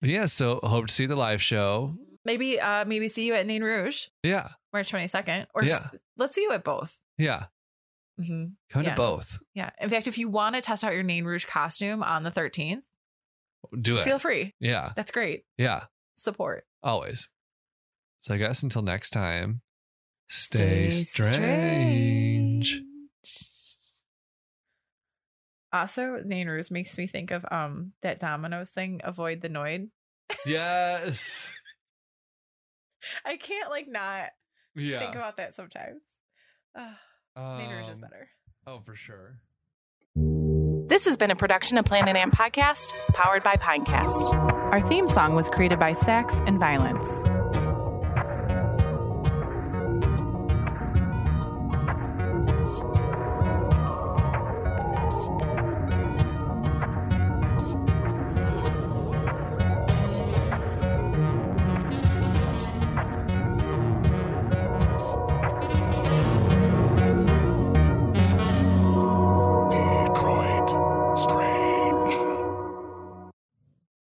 [SPEAKER 3] But yeah, so hope to see the live show.
[SPEAKER 4] Maybe uh maybe see you at Nain Rouge
[SPEAKER 3] Yeah.
[SPEAKER 4] March twenty second, or
[SPEAKER 3] Yeah.
[SPEAKER 4] let's see you at both.
[SPEAKER 3] Yeah.
[SPEAKER 4] hmm
[SPEAKER 3] Come
[SPEAKER 4] Yeah.
[SPEAKER 3] to both.
[SPEAKER 4] Yeah. In fact, if you want to test out your Nain Rouge costume on the 13th,
[SPEAKER 3] Do it.
[SPEAKER 4] feel free.
[SPEAKER 3] yeah.
[SPEAKER 4] That's great.
[SPEAKER 3] Yeah.
[SPEAKER 4] Support.
[SPEAKER 3] Always. So I guess until next time, stay, strange.
[SPEAKER 4] strange. Also, Nainers makes me think of um that Domino's thing, avoid the Noid.
[SPEAKER 3] Yes.
[SPEAKER 4] I can't like not
[SPEAKER 3] Yeah.
[SPEAKER 4] think about that sometimes. Uh, Nainers is
[SPEAKER 3] Um,
[SPEAKER 4] better.
[SPEAKER 3] Oh, for sure.
[SPEAKER 7] This has been a production of Planet Amp Podcast, powered by Pinecast.
[SPEAKER 4] Our theme song was created by Sax and Violence.